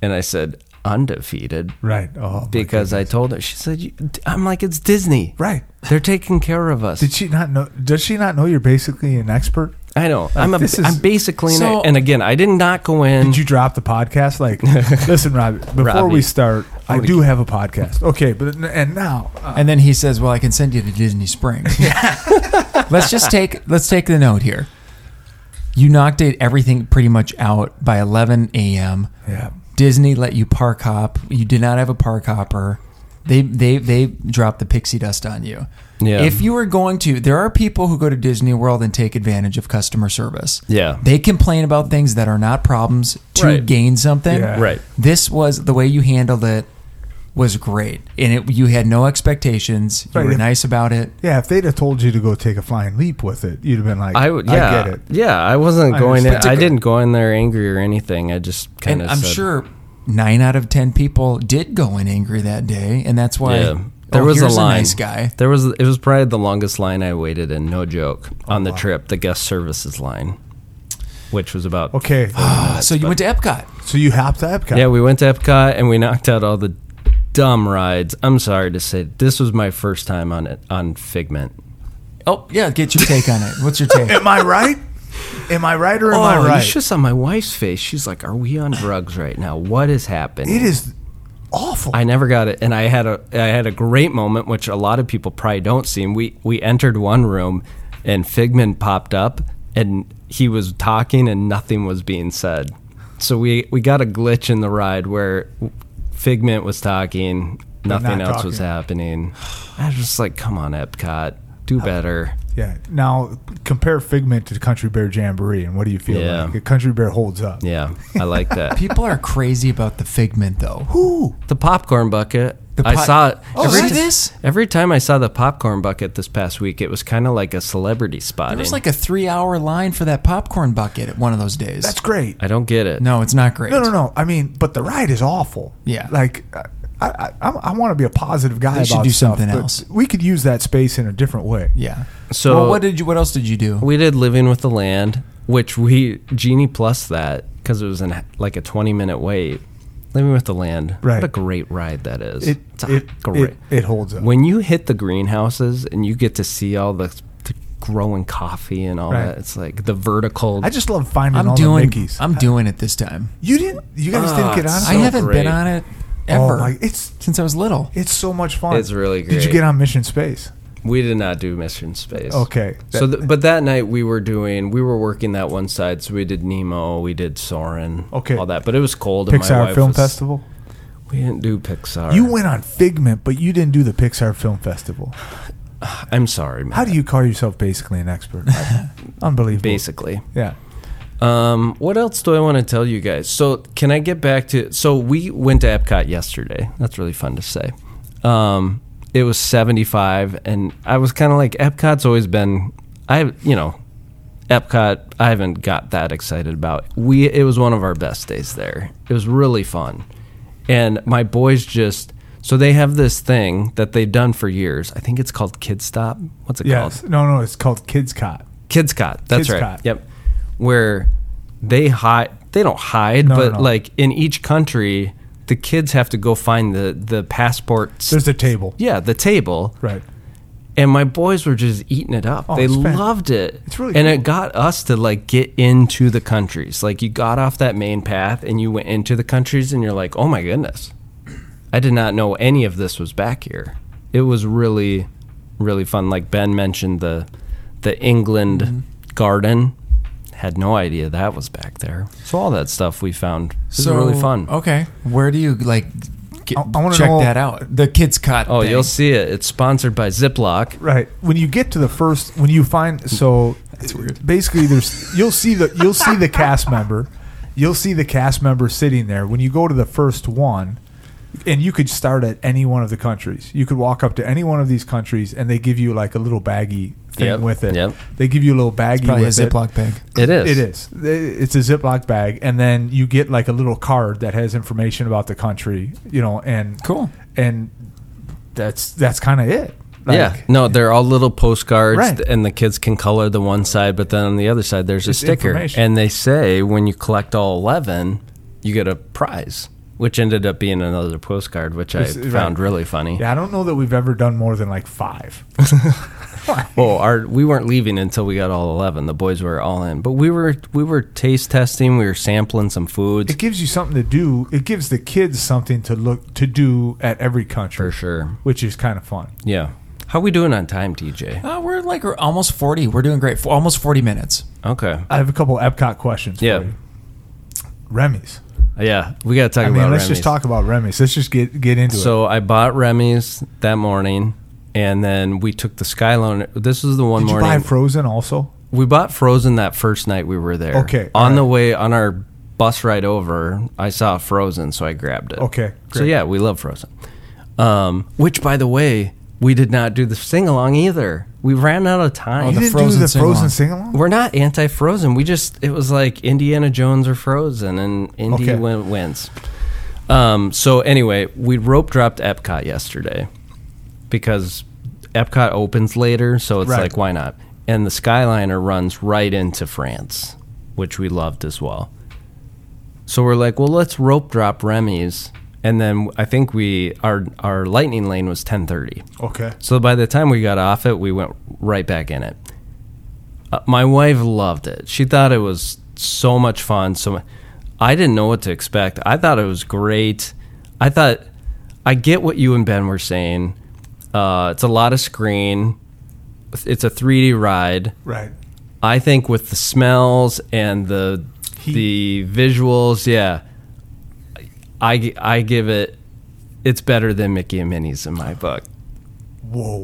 C: And I said, "Undefeated,"
B: Right. Oh. my
C: because I told her. She said, you, "I'm like it's Disney.
B: Right.
C: They're taking care of us."
B: Did she not know? Does she not know you're basically an expert?
C: I know. I'm a,
B: this is-
C: am basically.
A: So-
C: an, and again, I did not go in.
B: Did you drop the podcast? Like, listen, Robbie. Before
C: Robbie.
B: we start, I
C: Holy
B: do
C: cow.
B: have a podcast. Okay, but and now uh,
A: and then he says, "Well, I can send you to Disney Springs." let's just take let's take the note here. You knocked it everything pretty much out by 11 a.m.
B: yeah,
A: Disney let you park hop. You did not have a park hopper. They they they dropped the pixie dust on you.
C: Yeah.
A: If you were going to, there are people who go to Disney World and take advantage of customer service.
C: Yeah.
A: They complain about things that are not problems to
C: Right.
A: gain something.
B: Yeah.
C: Right.
A: This was the way you handled it was great, and it, you had no expectations. You
B: Right.
A: were nice about it.
B: yeah. If they'd have told you to go take a flying leap with it, you'd have been like,
C: I would. Yeah.
B: get it.
C: Yeah. I wasn't
B: I
C: going in.
B: understand.
C: I didn't go in there angry or anything. I just kind
A: And
C: of.
A: I'm sure nine out of ten people did go in angry that day, and that's why
C: Yeah. There
A: oh,
C: was a
A: here's
C: line.
A: nice guy.
C: There was it was probably the longest line I waited in, no joke,
A: Oh,
C: on the trip, the guest services line, which was about
B: Okay,
C: Oh,
A: so you went to Epcot.
B: so you hopped to Epcot.
C: Yeah, we went to Epcot and we knocked out all the dumb rides. I'm sorry to say, this was my first time on it on Figment.
A: Oh yeah, get your take on it. What's your take?
B: Am I right? Am I right or am I
C: Oh, you
B: right?
C: should saw my wife's face. She's like, "Are we on drugs right now? What is happening?"
B: it is awful.
C: I never got it, and I had a I had a great moment, which a lot of people probably don't see. And we we entered one room, and Figment popped up, and he was talking, and nothing was being said. So we we got a glitch in the ride where Figment was talking, nothing
B: not
C: else was
B: talking.
C: happening. I was just like, "Come on, Epcot, do better."
B: Yeah. Now compare Figment to Country Bear Jamboree, and what do you feel
C: Yeah.
B: like? Country Bear holds up.
C: Yeah, I like that.
A: People are crazy about the figment, though.
B: Ooh.
C: the popcorn bucket.
A: The
C: I
A: pot-
C: saw it.
A: Oh,
C: every
A: see
C: ti-
A: this?
C: Every time I saw the popcorn bucket this past week, it was kind of like a celebrity spotting.
A: There was like a three-hour line for that popcorn bucket at one of those days.
B: That's great.
C: I don't get it.
A: no, it's not great.
B: No, no, no. I mean, but the ride is awful.
A: Yeah.
B: Like, I, I, I, I want to be a positive guy.
A: They should
B: about
A: do
B: stuff,
A: something
B: but
A: else.
B: We could use that space in a different way.
A: Yeah.
C: So-
A: well, what did you? What else did you do?
C: We did Living with the Land, which we Genie plus that because it was in like a 20 minute wait. Living with the Land.
B: Right.
C: What a great ride that is.
B: It
C: It's a
B: it,
C: great.
B: it it holds up.
C: when you hit the greenhouses and you get to see all the, the growing coffee and all
B: Right.
C: that, it's like the vertical.
B: I just love finding
A: I'm
B: all
A: doing.
B: the Mickeys.
A: I'm doing it this time.
B: you didn't. You guys didn't
C: Ah,
B: get on.
C: so
A: I haven't
C: great.
A: been on it
B: Oh
A: ever
B: my- it's
A: since I was little.
B: it's so much fun.
C: It's really
B: Did you
C: great.
B: get on Mission Space?
C: we did not do Mission Space.
B: Okay.
C: So, th- but that night we were doing, we were working that one side. So we did Nemo, we did Soren,
B: Okay.
C: all that. But it was cold. and my
B: Pixar
C: wife
B: Film
C: was-
B: Festival.
C: We didn't do Pixar.
B: You went on Figment, but you didn't do the Pixar Film Festival.
C: I'm sorry, man.
B: How do you call yourself basically an expert? Unbelievable.
C: Basically,
B: Yeah.
C: Um, what else do I want to tell you guys? So, can I get back to? So, we went to Epcot yesterday. That's really fun to say. Um, it was 75, and I was kind of like, Epcot's always been, I, you know, Epcot. I haven't got that excited about. We, it was one of our best days there. It was really fun, and my boys just. So they have this thing that they've done for years. I think it's called Kid Stop. What's it called?
B: Yes. No, no, it's called Kids Cot.
C: Kids Cot. That's
B: Kids
C: right.
B: Cot.
C: Yep. Where they hide, they don't hide,
B: No, no,
C: but
B: no.
C: like in each country, the kids have to go find the the passports.
B: There's a table.
C: yeah, the table.
B: Right.
C: And my boys were just eating it up.
B: Oh,
C: they
B: it's fan-
C: loved it.
B: It's really
C: and
B: cool.
C: it got us to like get into the countries. Like you got off that main path and you went into the countries, and you're like, oh my goodness, I did not know any of this was back here. It was really, really fun. Like Ben mentioned, the the England
B: Mm-hmm.
C: garden. Had no idea that was back there. So all that stuff we found was really fun.
B: oh,
A: Okay, where do you like? Get,
B: I- I wanna
A: check
B: know-
A: that out. The kids caught.
C: Oh,
A: thing.
C: you'll see it. It's sponsored by Ziploc.
B: Right. When you get to the first when you find so basically there's you'll see the you'll see the cast member. You'll see the cast member sitting there. When you go to the first one, and you could start at any one of the countries. You could walk up to any one of these countries and they give you like a little baggie thing
C: Yep,
B: with it.
C: yep.
B: They give you a little baggie
A: probably a
B: with it.
A: Ziploc bag.
C: It is.
B: It is. It's a Ziploc bag, and then you get like a little card that has information about the country, you know, and
A: Cool.
B: and that's that's kind of it. Like,
C: yeah, no, they're all little postcards,
B: Right.
C: and the kids can color the one side, but then on the other side, there's a
B: It's
C: sticker.
B: information.
C: And they say when you collect all 11, you get a prize, which ended up being another postcard, which I
B: It's- right.
C: found really funny.
B: Yeah, I don't know that we've ever done more than like five.
C: Well, our, we weren't leaving until we got all 11. The boys were all in, but we were we were taste testing, we were sampling some foods
B: It gives you something to do. It gives the kids something to look to do at every country,
C: for sure.
B: which is kind of fun.
C: Yeah. How we doing on time, TJ?
A: Uh, we're like we're almost forty. We're doing great. For almost forty minutes.
C: Okay.
B: I have a couple Epcot questions.
C: Yeah.
B: for you. Remy's.
C: Yeah, we got to talk
B: I mean,
C: about
B: let's
C: Remy's.
B: just talk about Remy's. Let's just get get into it.
C: So I bought Remy's that morning, and then we took the Skyliner. This is the one
B: Did you
C: morning
B: buy Frozen also?
C: we bought Frozen that first night we were there.
B: Okay, all
C: On the
B: right.
C: way on our bus ride over, I saw Frozen, so I grabbed it.
B: Okay,
C: So
B: great.
C: yeah, we love Frozen. Um, which, by the way, we did not do the sing along either. We ran out of time.
B: You
A: the
B: didn't
A: Frozen
B: do Oh, the
A: sing-along.
B: Frozen sing along.
C: We're not anti Frozen. We just it was like Indiana Jones or Frozen, and Indy
B: Okay.
C: win- wins. Um, so anyway, we rope dropped Epcot yesterday because Epcot opens later, so it's
B: Right.
C: like why not? And the Skyliner runs right into France, which we loved as well. So we're like, well, let's rope drop Remy's, and then I think we our our lightning lane was ten thirty.
B: Okay.
C: So by the time we got off it, we went right back in it. Uh, my wife loved it. She thought it was so much fun. So mu- I didn't know what to expect. I thought it was great. I thought I get what you and Ben were saying. Uh, it's a lot of screen. It's a 3D ride.
B: Right.
C: I think with the smells and the the visuals, yeah, I gi- I give it. It's better than Mickey and Minnie's in my book.
B: Whoa.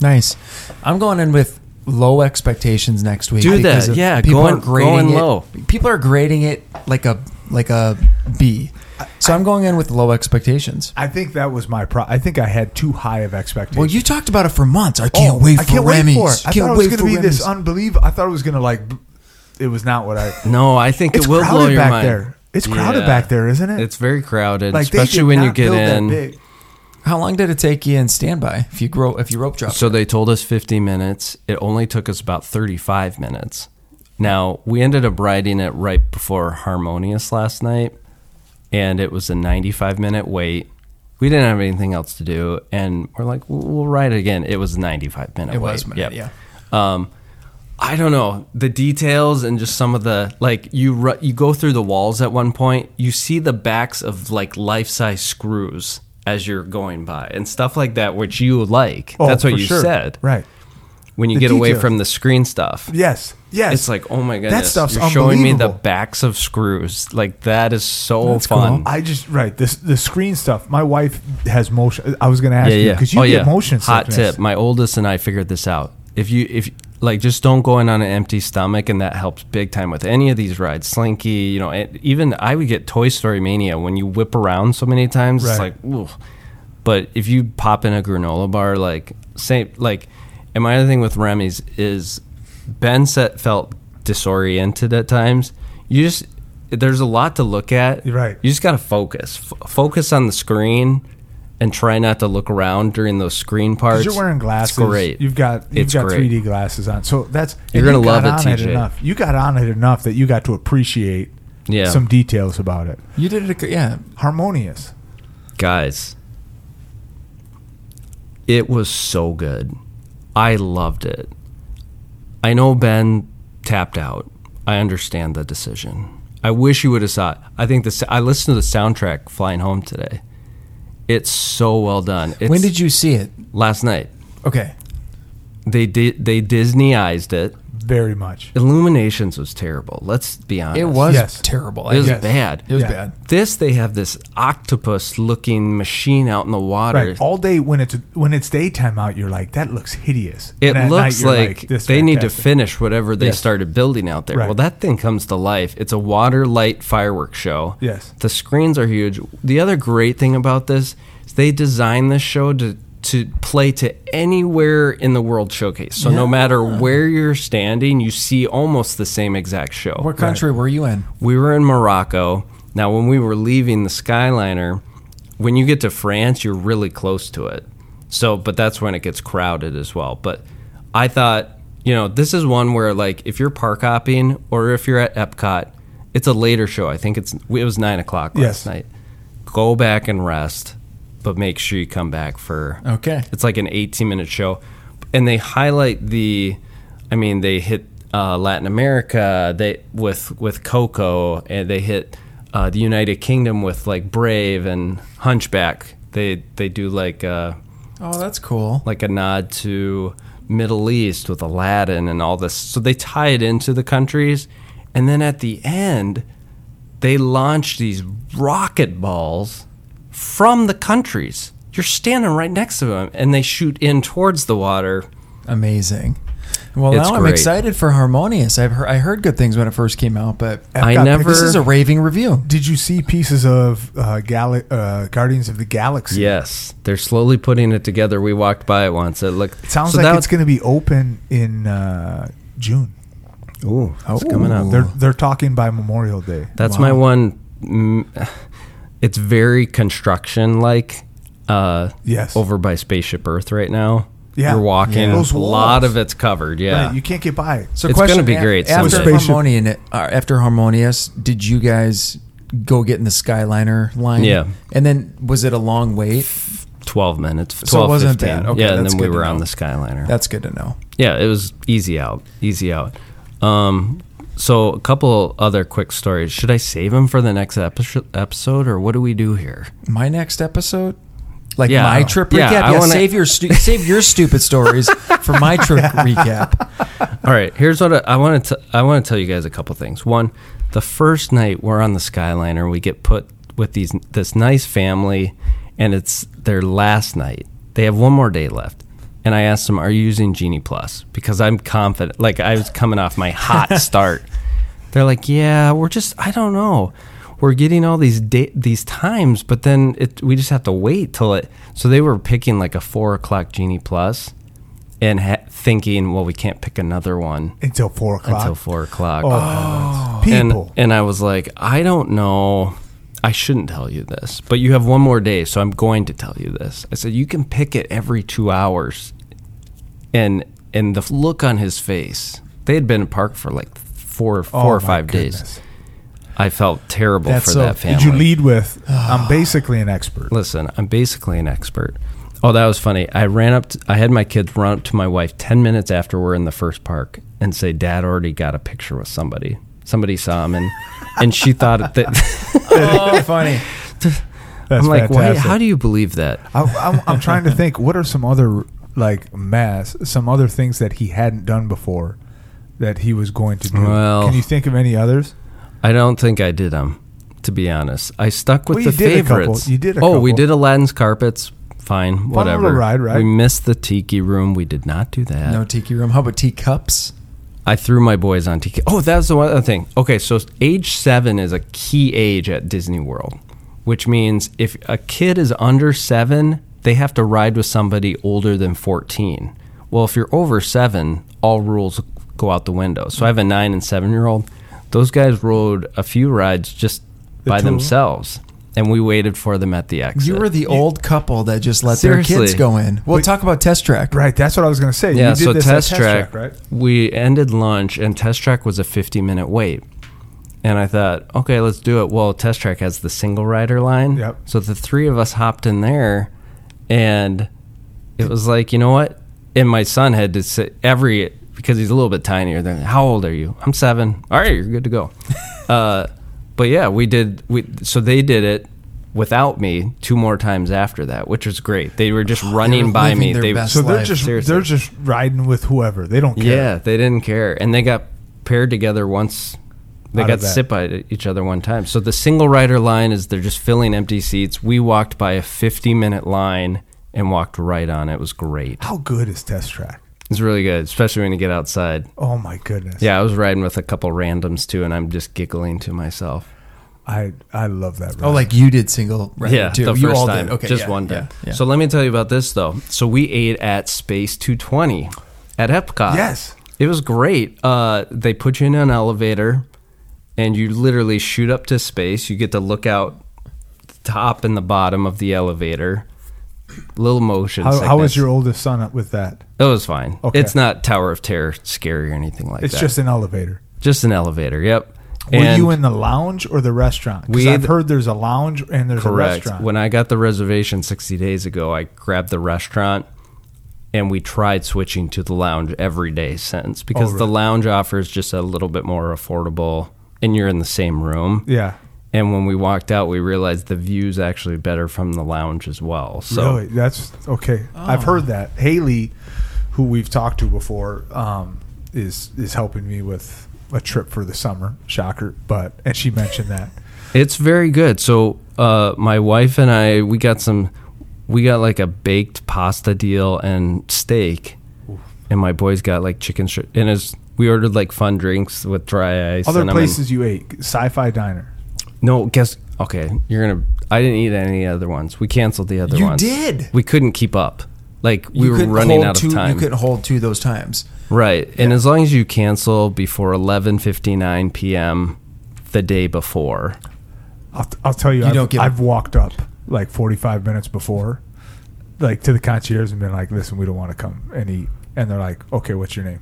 A: Nice. I'm going in with low expectations next week.
C: Do
A: because
C: that.
A: of-
C: Yeah,
A: People
C: go
A: are
C: in- go
A: grading
C: in
A: it-
C: low.
A: People are grading it like a like a B. So I'm going in with low expectations.
B: I think that was my pro. I think I had too high of expectations. Oh,
A: Well, you talked about it for months. Oh, I can't wait for
B: I can't
A: Remy's.
B: wait for it. I
A: can't
B: thought it was
A: wait
B: going
A: for
B: to be this
A: Remy's.
B: unbelievable. I thought it was going to like. b- It was not what I.
C: No, I think
B: It's
C: it will blow
B: crowded
C: your
B: back
C: mind.
B: there. It's crowded
C: Yeah.
B: back there, isn't it?
C: It's very crowded,
B: they
C: especially
B: did
C: when
B: not
C: you get
B: build that
C: in.
B: big.
A: How long did it take you in standby if you grow if you rope drop?
C: So they told us 50 minutes. It only took us about 35 minutes. Now, we ended up riding it right before Harmonious last night, and it was a 95 minute wait. We didn't have anything else to do, and we're like, we'll, we'll ride it again. It was a 95 minute
A: It
C: wait.
A: was,
C: Yep.
A: yeah.
C: Um, I don't know the details and just some of the like you ru- you go through the walls at one point. You see the backs of like life size screws as you're going by and stuff like that, which you like.
B: Oh,
C: That's what
B: for
C: you
B: sure.
C: said
B: Right.
C: when you
B: The
C: get away
B: details.
C: from the screen stuff.
B: Yes. Yes.
C: It's like, oh my goodness,
B: That stuff's
C: you're showing me the
B: unbelievable.
C: backs of screws. Like that is so
A: That's cool.
C: fun.
B: I just right this the screen stuff. My wife has motion. I was going to ask
C: yeah,
B: you
C: yeah.
B: because you
C: oh,
B: get
C: yeah.
B: motion
C: Hot
B: sickness.
C: tip: My oldest and I figured this out. If you if like just don't go in on an empty stomach, and that helps big time with any of these rides. Slinky, you know, and even I would get Toy Story mania when you whip around so many times. It's
B: Right.
C: like, ooh. But if you pop in a granola bar, like same, like, and my other thing with Remy's is Ben set felt disoriented at times. You just there's a lot to look at.
B: You're right.
C: You just gotta focus. F- focus on the screen and try not to look around during those screen parts.
B: Because you're wearing glasses.
C: It's great.
B: You've got you've
C: It's
B: got
C: great.
B: 3D glasses on. So that's
C: You're
B: and
C: gonna
B: you got
C: love it,
B: on
C: TJ.
B: enough. You got on it enough that you got to appreciate
C: yeah,
B: some details about it.
A: You did it. ac- Yeah,
B: Harmonious.
C: guys. It was so good. I loved it. I know Ben tapped out. I understand the decision. I wish you would have saw it. I think this. I listened to the soundtrack flying home today. It's so well done. It's,
A: when did you see it?
C: last night?
A: Okay,
C: They did. They Disneyized it.
B: Very much.
C: Illuminations was terrible. Let's be honest.
A: it was
B: Yes.
A: terrible.
C: It was
A: I-
C: bad.
A: It was
B: Yeah.
A: bad.
C: This they have this octopus-looking machine out in the water.
B: Right. All day when it's when it's daytime out, you're like, that looks hideous.
C: It
B: And at
C: looks
B: night, you're
C: like,
B: "This
C: they need to
B: fantastic."
C: finish whatever they
B: Yes.
C: started building out there.
B: Right.
C: Well, that thing comes to life. It's a water light fireworks show.
B: Yes.
C: The screens are huge. The other great thing about this is they designed this show to to play to anywhere in the world showcase. So no matter where you're standing, you see almost the same exact show.
A: What country were you in?
C: we were in Morocco. Now, when we were leaving the Skyliner, when you get to France, you're really close to it. So, but that's when it gets crowded as well. But I thought, you know, this is one where like if you're park hopping or if you're at Epcot, it's a later show. I think it's it was nine o'clock last
B: Yes.
C: night. Go back and rest, but make sure you come back for
A: Okay.
C: it's like an 18 minute show, and they highlight the. I mean, they hit uh, Latin America. They with with Coco, and they hit uh, the United Kingdom with like Brave and Hunchback. They they do like uh,
A: Oh, that's cool.
C: like a nod to Middle East with Aladdin and all this. So they tie it into the countries, and then at the end, they launch these rocket balls from the countries. You're standing right next to them, and they shoot in towards the water.
A: Amazing. Well,
C: It's
A: now I'm
C: great.
A: excited for Harmonious. I've heard, I heard good things when it first came out, but
C: I
B: Epcot
C: never-
A: this is a raving review.
B: Did you see pieces of uh, Gal- uh, Guardians of the Galaxy?
C: Yes, they're slowly putting it together. We walked by it once. It looked
B: It sounds
C: so
B: like
C: that-
B: it's going to be open in uh, June.
C: Ooh,
B: Oh.
C: it's coming up.
B: They're they're talking by Memorial Day.
C: That's my one. Mm, it's very construction like. Uh,
B: Yes.
C: Over by Spaceship Earth right now.
B: Yeah.
C: You're walking.
B: Yeah. Those
C: A lot
B: walls.
C: of it's covered. Yeah.
B: Right, you can't get by.
A: So,
C: It's
A: question
C: gonna be
A: a-
C: great
A: After
B: someday. Spaceship-
A: Harmonious, uh, after Harmonious, did you guys go get in the Skyliner line?
C: Yeah.
A: and then was it a long wait?
C: 12 minutes. 12,
A: So it wasn't
C: 15.
A: bad. Okay,
C: yeah. And
A: that's
C: then we
A: good to
C: were on
A: know.
C: the Skyliner.
A: That's good to know.
C: yeah. It was easy out. Easy out. Um, so a couple other quick stories. Should I save them for the next epi- episode or what do we do here?
A: My next episode. Like
C: Yeah.
A: my trip
C: Yeah,
A: recap.
C: I
A: Yeah,
C: wanna-
A: save your stu- save your stupid stories for my trip recap.
C: All right, here's what I, I want to. I want to tell you guys a couple things. One, the first night we're on the Skyliner, we get put with these this nice family, and it's their last night. They have one more day left. and I asked him, "Are you using Genie Plus?" Because I'm confident. Like I was coming off my hot start. They're like, "Yeah, we're just I don't know. We're getting all these da- these times, but then it, we just have to wait till it." So they were picking like a four o'clock Genie Plus, and ha- thinking, "Well, we can't pick another one
B: until four o'clock.
C: until four o'clock."
B: oh,
C: and
B: people.
C: and I was like, I don't know. I shouldn't tell you this, but you have one more day, so I'm going to tell you this. I said you can pick it every two hours, and and the look on his face. They had been in park for like four, four
B: Oh,
C: or
B: my
C: five days.
B: goodness.
C: I felt terrible
A: That's
C: for
A: so-
C: that family.
B: Did you lead with? I'm basically an expert.
C: Listen, I'm basically an expert. Oh, that was funny. I ran up. To, I had my kids run up to my wife ten minutes after we're in the first park and say, "Dad already got a picture with somebody. Somebody saw him," and and she thought that.
A: Oh, funny.
B: That's
C: I'm like, why,
B: fantastic.
C: how do you believe that?
B: I, I'm, I'm trying to think. What are some other like mass? Some other things that he hadn't done before that he was going to do.
C: Well-
B: Can you think of any others?
C: I don't think I did them, to be honest. I stuck with
B: Well,
C: the
B: you did a couple.
C: favorites.
B: You did a
C: oh, we
B: couple.
C: did Aladdin's carpets. Fine, whatever.
B: little ride, right?
C: We missed the tiki room. We did not do that.
A: No tiki room. How about teacups?
C: I threw my boys on tiki. Oh, that's the one other thing. Okay, so age seven is a key age at Disney World, which means if a kid is under seven, they have to ride with somebody older than fourteen. Well, if you're over seven, all rules go out the window. So I have a nine and seven year old. Those guys rode a few rides just by
B: two of 'em?
C: themselves, and we waited for them at the exit.
A: You were the old couple that just let their kids
C: Seriously.
A: go in. We'll
B: But-
A: talk about test track.
B: Right. That's what I was going to say.
C: Yeah,
B: you did
C: so
B: this at
C: test, track,
B: right?
C: we ended lunch and test track was a 50 minute wait. And I thought, okay, let's do it. Well, test track has the single rider line.
B: Yep.
C: So the three of us hopped in there and it was like, you know what? And my son had to sit every, because he's a little bit tinier than, how old are you? I'm seven. All right, you're good to go. uh, but yeah, we did, we, so they did it without me two more times after that, which was great. They were just running by
A: living
C: me.
A: their
C: They
A: best
B: So they're
A: Live,
B: just
C: seriously.
B: they're just riding with whoever. They don't care.
C: yeah, they didn't care, and they got paired together once. They
B: Out
C: got
B: of that.
C: sit by each other one time. So the single rider line is they're just filling empty seats. We walked by a 50 minute line and walked right on. It was great.
B: How good is test track?
C: It's really good, especially when you get outside.
B: Oh my goodness.
C: Yeah, I was riding with a couple randoms too, and I'm just giggling to myself.
B: I I love that.
A: Oh,
B: ride.
A: like you did single. Right
C: yeah,
A: too.
C: the
A: you
C: first
A: all
C: time.
A: Did. Okay,
C: just
A: yeah,
C: one day.
A: yeah, yeah.
C: So let me tell you about this though. So we ate at Space 220 at Epcot.
B: Yes.
C: It was great. Uh, they put you in an elevator and you literally shoot up to space. You get to look out the top and the bottom of the elevator. Little motion.
B: how, how was
C: sickness.
B: your oldest son up with that?
C: It was fine.
B: Okay.
C: It's not Tower of Terror scary or anything like
B: It's
C: that.
B: just an elevator.
C: just an elevator. Yep.
B: Were
C: And-
B: you in the lounge or the restaurant? Because
C: We
B: I've
C: ate-
B: heard there's a lounge and there's a
C: Correct.
B: restaurant.
C: When I got the reservation 60 days ago, I grabbed the restaurant and we tried switching to the lounge every day since
B: Oh,
C: because the lounge offers just a little bit more affordable and you're in the same room.
B: yeah.
C: And when we walked out, we realized the view's actually better from the lounge as well. So
B: Really? That's okay. I've heard that. Haley, who we've talked to before, um, is is helping me with a trip for the summer. Shocker, but and she mentioned that.
C: It's very good. So uh, my wife and I, we got some, we got like a baked pasta deal and steak, and my boys got like chicken stri- and as we ordered like fun drinks with dry ice.
B: Other
C: and I'm in-
B: places you ate, Sci-Fi Diner.
C: no, guess okay, you're gonna. I didn't eat any other ones. We canceled the other
A: You
C: ones.
A: did?
C: We couldn't keep up. Like we
A: You
C: were
A: couldn't
C: running
A: hold
C: out
A: two-
C: of time.
A: You couldn't hold two those times.
C: Right. And as long as you cancel before 11:59 p.m. the day before.
B: I'll, I'll tell you, I've,
A: don't get it.
B: I've walked up like 45 minutes before, like to the concierge and been like, "Listen, we don't want to come and eat." And they're like, "Okay, what's your name?"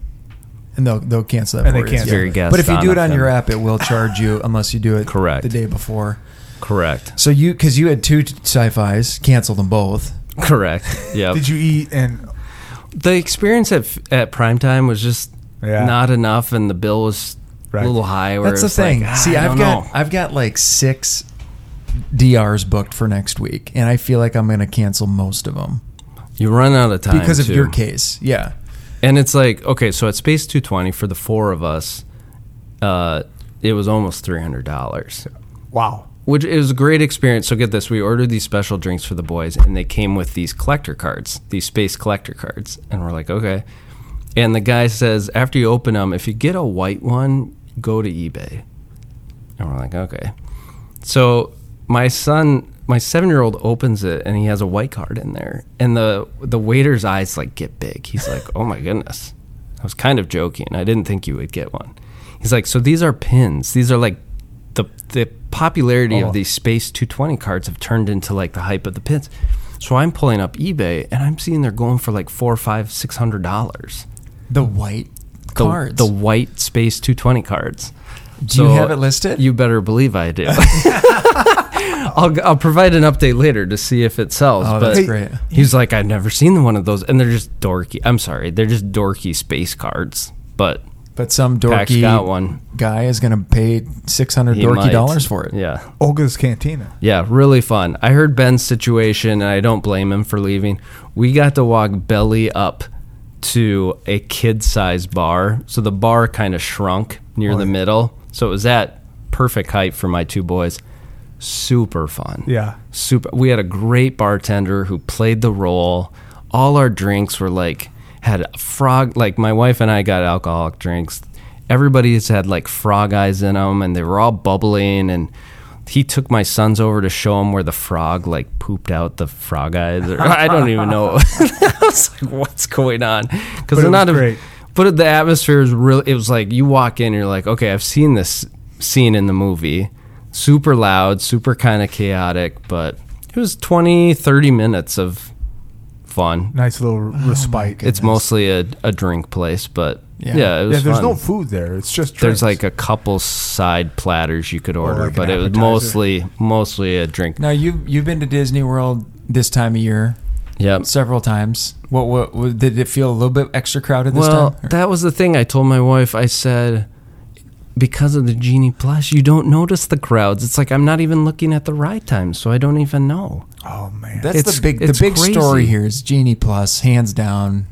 A: And they'll, they'll cancel that
B: And they
A: for you.
B: cancel Very
C: it. guest
A: But if you
C: on
A: do it on
C: FM.
A: your app, it will charge you unless you do it
C: Correct.
A: the day before.
C: Correct.
A: So you, because you had two sci-fis, canceled them both.
C: Correct. Yeah.
B: Did you eat? And
C: the experience at f- at primetime was just
B: Yeah.
C: not enough and the bill was
B: Right.
C: a little high or
A: That's the
C: it's like,
A: thing.
C: "Ah,
A: See,
C: I
A: I've
C: don't
A: got
C: know."
A: I've got like six DRs booked for next week, and I feel like I'm going to cancel most of them
C: you run out of time
A: because of
C: too.
A: your case. Yeah,
C: And it's like, okay, so at Space 220 for the four of us, uh, it was almost $300.
B: wow,
C: which it was a great experience. So get this: we ordered these special drinks for the boys, and they came with these collector cards, these space collector cards, and we're like, okay. And the guy says, after you open them, if you get a white one, go to eBay. And we're like, okay. So my son, my seven-year-old, opens it, and he has a white card in there, and the the waiter's eyes like get big. He's like, oh my goodness. I was kind of joking. I didn't think you would get one. He's like, so these are pins. These are like the the popularity
B: Oh.
C: of these Space 220 cards have turned into like the hype of the pins. So I'm pulling up eBay and I'm seeing they're going for like four, five, six hundred dollars.
A: The white
C: The,
A: cards.
C: the white Space 220 cards.
A: Do you have it listed?
C: You better believe I do. I'll, I'll provide an update later to see if it sells.
A: Oh,
C: but
A: that's great.
C: He's like, I've never seen one of those, and they're just dorky. I'm sorry, they're just dorky space cards. But
A: but some
C: Pax
A: dorky
C: got one.
A: guy is going to pay 600
C: He
A: dorky
C: might.
A: dollars for it.
C: Yeah,
B: Olga's Cantina.
C: yeah, really fun. I heard Ben's situation, and I don't blame him for leaving. We got to walk belly up to a kid-sized bar, so the bar kind of shrunk near the middle. So it was that perfect height for my two boys. Super fun.
B: Yeah.
C: super we had a great bartender who played the role all our drinks were like had frog like my wife and i got alcoholic drinks everybody's had like frog eyes in them and they were all bubbling and he took my sons over to show them where the frog like pooped out the frog eyes or i don't even know i was like what's going on because
B: it
C: they're not
B: was great.
C: but the atmosphere is really it was like you walk in you're like okay i've seen this scene in the movie super loud super kind of chaotic but it was 20 30 minutes of fun
B: Nice little respite.
C: it's mostly a, a drink place but
A: Yeah.
C: yeah, it was
B: Yeah, there's
C: fun.
B: no food there. It's just drinks.
C: there's like a couple side platters you could order
B: like an
C: but it was
B: appetizer.
C: mostly mostly a drink
A: Now, you've, you've been to Disney World this time of year
C: yep
A: several times. What, what, what did it feel a little bit extra crowded this
C: well,
A: time? Or-
C: that was the thing I told my wife. I said, because of the Genie Plus, you don't notice the crowds. It's like I'm not even looking at the ride times, so I don't even know.
B: oh man.
A: That's
C: It's-
A: the big the
C: it's
A: big
C: crazy.
A: story here is Genie Plus, hands down.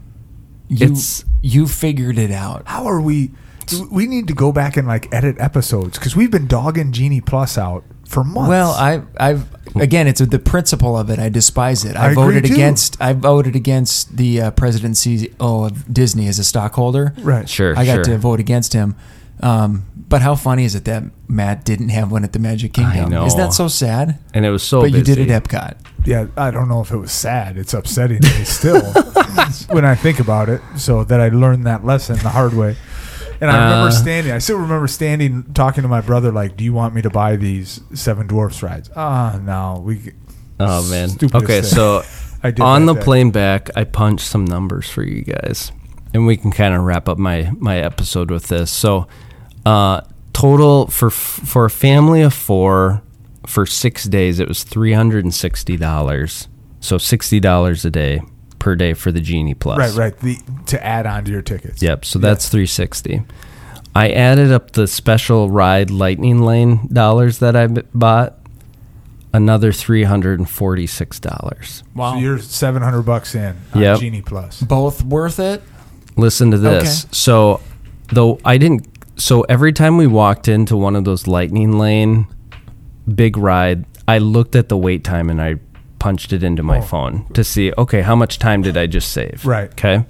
A: You,
C: It's-
A: you figured it out.
B: How are we? do We need to go back and like edit episodes because we've been dogging Genie Plus out for months.
A: Well, I, I've again, it's the principle of it. I despise it. I,
B: I agree,
A: voted
B: too.
A: against. I voted against the uh, presidency oh, of Disney as a stockholder.
B: right.
C: Sure,
A: I got
C: sure.
A: to vote against him. Um, but how funny is it that Matt didn't have one at the Magic Kingdom?
C: know.
A: Is that so sad?
C: and it was so.
A: but you did
C: busy.
A: at Epcot.
B: Yeah, I don't know if it was sad. It's upsetting to me still when I think about it. So that I learned that lesson the hard way. And I remember
C: Uh,
B: standing. I still remember standing, talking to my brother, like, "Do you want me to buy these Seven Dwarfs rides?" Ah, no, we.
C: Oh man.
B: Stupidest
C: okay,
B: thing.
C: so
B: I did
C: on
B: that
C: the
B: day.
C: plane back, I punched some numbers for you guys, and we can kind of wrap up my my episode with this. So, uh, total for f- for a family of four for six days, it was three hundred and sixty dollars. So sixty dollars a day per day for the genie plus.
B: Right, right. The to add on to your tickets.
C: Yep. So that's 360. I added up the special ride lightning lane dollars that I b- bought another $346.
B: So you're seven hundred bucks in on
C: Yep.
B: Genie Plus.
A: Both worth it.
C: Listen to this.
A: Okay.
C: So though I didn't so every time we walked into one of those lightning lane big ride, I looked at the wait time and I punched it into my phone to see okay, how much time did I just save?
B: Right.
C: Okay.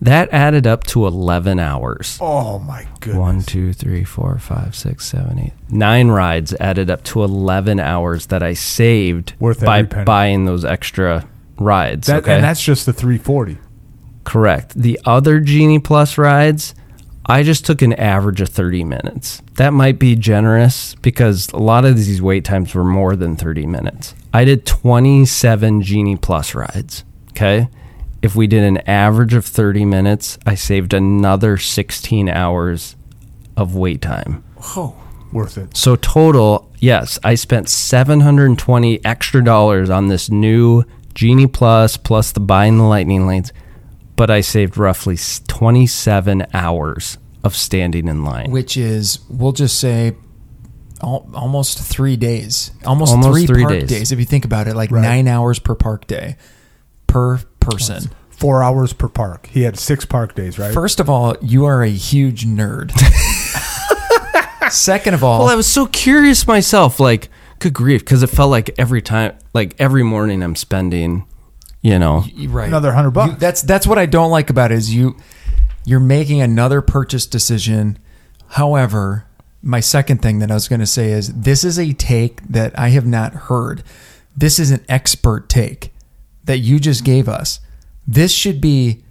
C: That added up to 11 hours.
B: Oh my goodness.
C: One, two, three, four, five, six, seven, eight. Nine rides added up to eleven hours that I saved
B: Worth
C: by
B: every penny.
C: buying those extra rides.
B: That,
C: okay,
B: And that's just the three forty.
C: correct. The other Genie Plus rides, I just took an average of thirty minutes. That might be generous because a lot of these wait times were more than thirty minutes. I did twenty-seven Genie Plus rides. Okay. If we did an average of 30 minutes, I saved another 16 hours of wait time.
A: Oh,
B: Worth it.
C: So total, yes, I spent 720 extra dollars on this new Genie Plus plus the buying the lightning lanes, but I saved roughly s- 27 hours of standing in line.
A: which is we'll just say al- almost three days, almost, three,
C: Almost three
A: park days.
C: days.
A: If you think about it, like nine hours per park day per person.
B: Four hours per park. He had six park days, right?
A: First of all, you are a huge nerd. Second of all,
C: Well, I was so curious myself like Good grief, because it felt like every time, like every morning, I'm spending, you know,
A: right
B: Another 100 bucks.
A: You- that's that's what i don't like about it is you you're making another purchase decision however my second thing that i was going to say is this is a take that i have not heard this is an expert take that you just gave us this should be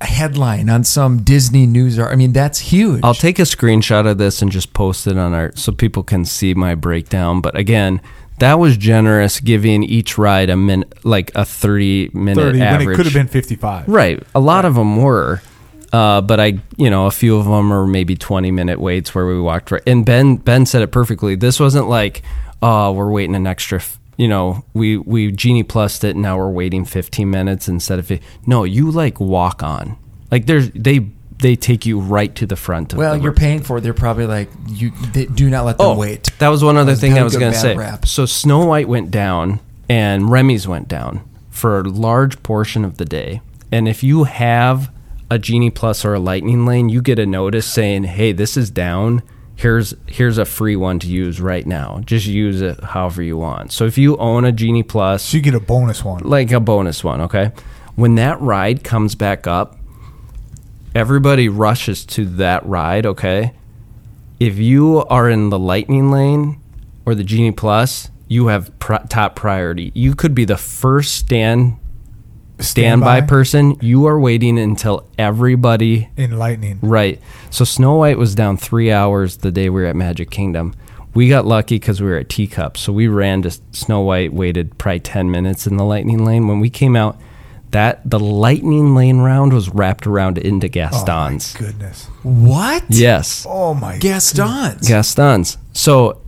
A: a headline on some disney news ar- i mean that's huge
C: I'll take a screenshot of this and just post it on our so people can see my breakdown. But again, that was generous giving each ride a min like a 30 minute
B: 30
C: average.
B: when it could have been 55.
C: Right. A lot of 'em of them were. Uh, but I, you know, a few of them are maybe 20 minute waits where we walked right. And Ben, Ben said it perfectly. This wasn't like, oh, we're waiting an extra, f-, you know, we, we genie plussed it. Now we're waiting 15 minutes instead of, fi-. no, you like walk on like there's, they, they take you right to the front. Of
A: well
C: the
A: you're paying for it they're probably like you they, do not let them wait
C: Oh, that was one other thing
A: Good,
C: I was
A: good,
C: going to
A: bad
C: say.
A: rap.
C: So Snow White went down and Remy's went down for a large portion of the day. And if you have a Genie Plus or a Lightning Lane, you get a notice saying, "Hey, this is down. Here's here's a free one to use right now. Just use it however you want." So if you own a Genie Plus,
B: So you get a bonus one.
C: like a bonus one, okay? When that ride comes back up, everybody rushes to that ride, okay? If you are in the lightning lane or the genie plus, you have pri top priority. You could be the first stand standby
B: Standby.
C: person. You are waiting until everybody
B: in lightning.
C: Right. So Snow White was down three hours the day we were at Magic Kingdom. We got lucky because we were at Teacup. So we ran to Snow White, waited probably 10 minutes in the lightning lane. When we came out, that the lightning lane round was wrapped around
B: Oh
C: into Gaston's.
B: Goodness.
A: what
C: yes.
B: Oh my
A: gaston's
C: Gaston's. So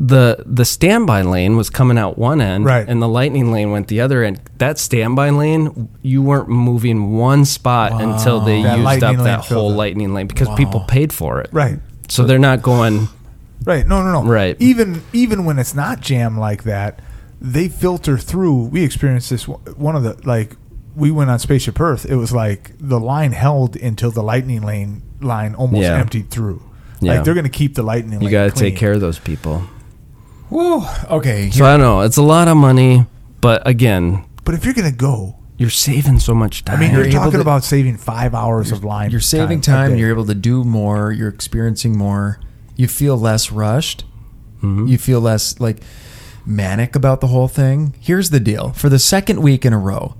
C: the the standby lane was coming out one end
B: Right.
C: and the lightning lane went the other end. That standby lane, you weren't moving one spot until they
B: That
C: used
B: lightning
C: up
B: lane
C: that
B: filled
C: whole
B: it.
C: lightning lane because people paid for it.
B: Right.
C: So they're not going
B: Right. No, no, no.
C: Right.
B: Even even when it's not jam like that, they filter through. We experienced this o- one of the like we went on Spaceship Earth. It was like the line held until the lightning lane line almost
C: Yeah.
B: emptied through.
C: Yeah.
B: Like they're going to keep the lightning.
C: You
B: lane
C: got to
B: clean.
C: take care of those people.
A: Woo. okay
C: So I don't know. It's a lot of money, but again,
B: But if you're going to go,
C: you're saving so much time.
B: I mean, you're,
A: You're able
B: talking
A: to-
B: about saving five hours of line.
A: You're saving
B: a
A: time.
B: day.
A: You're able to do more. You're experiencing more. You feel less rushed.
C: Mm-hmm.
A: You feel less like manic about the whole thing. Here's the deal: for the second week in a row,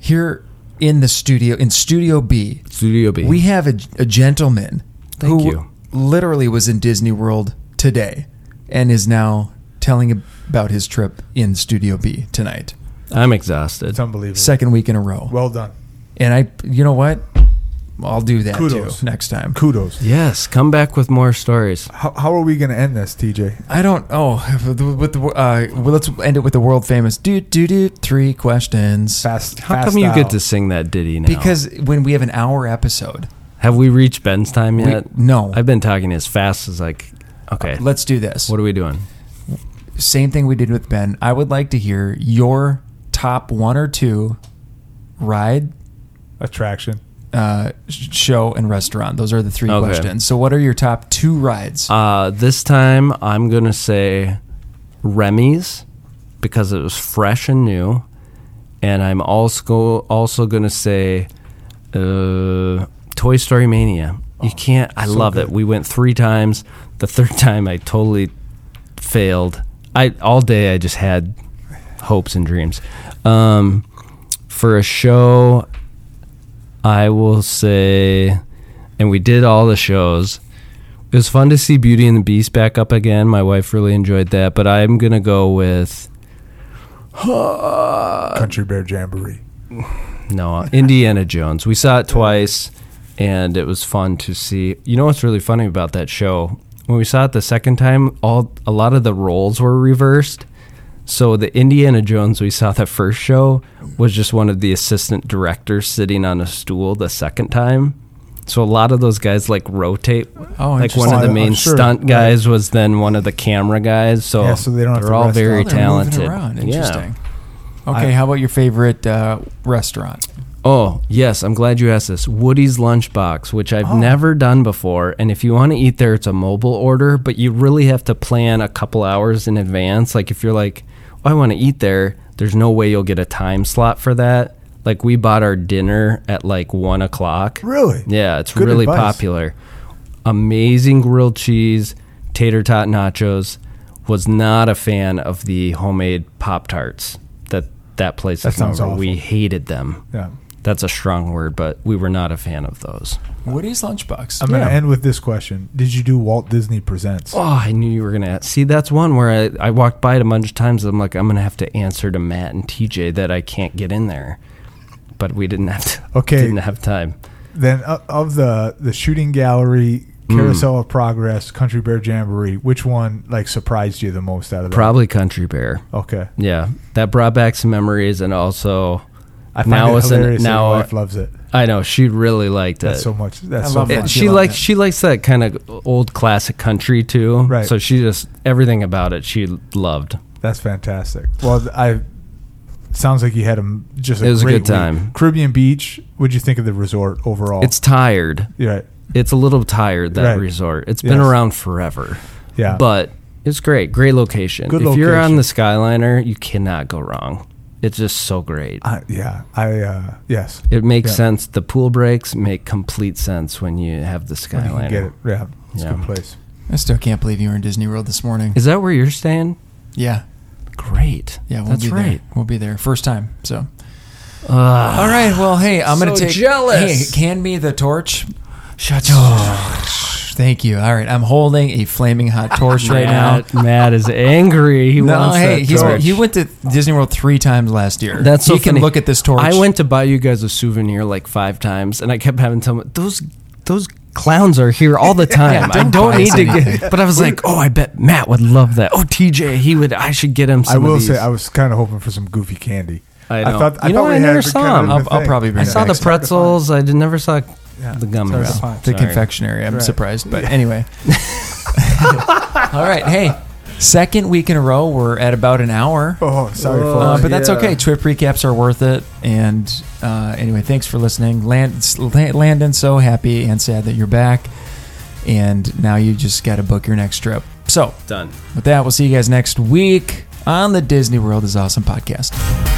A: here in the studio, in Studio B,
C: Studio B.
A: we have a, a gentleman
C: Thank
A: who
C: you.
A: literally was in Disney World today and is now telling about his trip in Studio B tonight.
C: I'm exhausted.
B: It's unbelievable.
A: Second week in a row.
B: Well done.
A: and I, you know what? I'll do that
B: Kudos.
A: too next time.
B: Kudos.
C: Yes, come back with more stories.
B: How, how are we going to end this, TJ?
A: I don't. Oh, with the uh, well, let's end it with the world famous do do do three questions
B: Fast.
C: How
B: fast
C: come you
B: out.
C: get to sing that ditty now?
A: because when we have an hour episode,
C: have we reached Ben's time
A: we-
C: yet?
A: no.
C: I've been talking as fast as like. Okay,
A: let's do this.
C: what are we doing?
A: Same thing we did with Ben. I would like to hear your top one or two ride,
B: attraction?
A: uh, sh- show, and restaurant. Those are the three
C: Okay.
A: questions. So, what are your top two rides?
C: Uh, this time I'm gonna say Remy's because it was fresh and new, and I'm also also gonna say uh, Toy Story Mania. You can't. I love it. We went three times. The third time I totally failed. I all day I just had hopes and dreams. Um, for a show, I will say, and we did all the shows. It was fun to see Beauty and the Beast back up again. My wife really enjoyed that, but I'm gonna go with Uh,
B: Country Bear Jamboree.
C: no Indiana Jones. We saw it twice, and it was fun to see. You know what's really funny about that show? When we saw it the second time, all a lot of the roles were reversed. So the Indiana Jones we saw the first show was just one of the assistant directors sitting on a stool the second time. So a lot of those guys like rotate.
A: Oh,
C: like one
A: interesting.
C: of the
B: Oh,
C: main
B: sure.
C: stunt guys was then one of the camera guys. So,
B: Yeah, so they don't have
C: are
B: to
C: all
B: rest
A: Oh,
C: very
A: they're moving
C: talented.
A: around.
C: Yeah.
A: Interesting. Okay, how about your favorite uh, restaurant?
C: Oh, yes, I'm glad you asked this. Woody's Lunchbox, which I've
B: Oh.
C: never done before. And if you want to eat there, it's a mobile order, but you really have to plan a couple hours in advance. Like, if you're like, oh, I want to eat there, there's no way you'll get a time slot for that. Like, we bought our dinner at like one o'clock.
B: Really?
C: Yeah, it's
B: Good
C: really
B: advice.
C: popular. Amazing grilled cheese, tater tot nachos. Was not a fan of the homemade Pop Tarts that that place
B: That
C: is
B: sounds
C: known for.
B: awful.
C: We hated them.
B: Yeah.
C: That's a strong word, but we were not a fan of those.
A: Woody's lunchbox.
B: I'm going to end with this question. Did you do Walt Disney Presents?
C: Oh, I knew you were gonna ask. see. That's one where I, I walked by it a bunch of times. I'm like, I'm gonna have to answer to Matt and TJ that I can't get in there, but we didn't have to.
B: Okay.
C: didn't have time.
B: Then o- of the the shooting gallery,
C: Hmm.
B: Carousel of Progress, Country Bear Jamboree, which one like surprised you the most out of that?
C: Probably Country Bear.
B: okay.
C: Yeah, that brought back some memories, and also
B: I find
C: Now
B: it
C: it's an-
B: hilarious. that
C: now-
B: my wife loves it.
C: I know she really liked it.
B: That's so much. That's
A: I
B: so
A: love
B: much.
A: that.
C: And
A: She
C: she
A: loved
C: likes
A: it.
C: she likes that kind of old classic country too.
B: Right.
C: So she just everything about it she loved.
B: That's fantastic. Well, th- I sounds like you had them just. A
C: It was a
B: great
C: good time.
B: week. Caribbean Beach. What'd you think of the resort overall?
C: It's tired.
B: yeah, right.
C: It's a little tired that
B: Right.
C: resort. It's been
B: Yes.
C: around forever.
B: yeah.
C: But it's great. Great location.
B: Good
C: if you're on
B: location.
C: the Skyliner, you cannot go wrong. It's just so great.
B: I, yeah, I uh, yes,
C: It makes
B: Yeah.
C: sense. The pool breaks make complete sense when you have the
B: When you
C: Skyliner.
B: can get it. Yeah, it's a
C: Yeah.
B: good place.
A: I still can't believe you were in Disney World this morning.
C: Is that where you're staying?
A: Yeah,
C: Great.
A: yeah, we'll
C: That's
A: be
C: right.
A: there. We'll be there first time. So,
C: Ah.
A: all right. Well, hey, I'm gonna
C: So
A: take.
C: jealous.
A: Hey, can me the torch. Oh,
C: Shut
A: Thank you. All right, I'm holding a flaming hot torch right now.
C: Matt, Matt is angry. He
A: No,
C: wants
A: hey,
C: that
A: he's,
C: torch.
A: he went to Disney World three times last year.
C: That's so
A: he can
C: funny.
A: look at this torch.
C: I went to buy you guys a souvenir like five times, and I kept having to tell them, those those clowns are here all the time. I
A: don't buy
C: don't need to
A: anything.
C: get. But I was like, oh, I bet Matt would love that. Oh, TJ, he would. I should get him. Some
B: I will
C: of these.
B: say I was kind of hoping for some goofy candy.
C: I know.
B: thought I
C: You know
B: thought
C: what?
B: we
C: I
B: had
C: never
B: it
C: saw
B: kind of
A: them. I'll-
B: the
A: I'll
B: thing.
A: probably bring
C: I saw the
A: Next.
C: pretzels. I did, never saw
B: Yeah.
C: the gummies.
B: Hard to find.
A: the
C: Sorry.
A: confectionery. I'm
B: Right.
A: surprised, but anyway. All right, hey, second week in a row, we're at about an hour,
B: Oh, sorry,
C: Oh,
A: uh,
B: folks.
A: but that's
C: yeah.
A: okay. Trip recaps are worth it, and uh, anyway, thanks for listening, Land, Landon. So happy and sad that you're back, and now you just got to book your next trip. So
C: Done.
A: with that, we'll see you guys next week on the Disney World is Awesome podcast.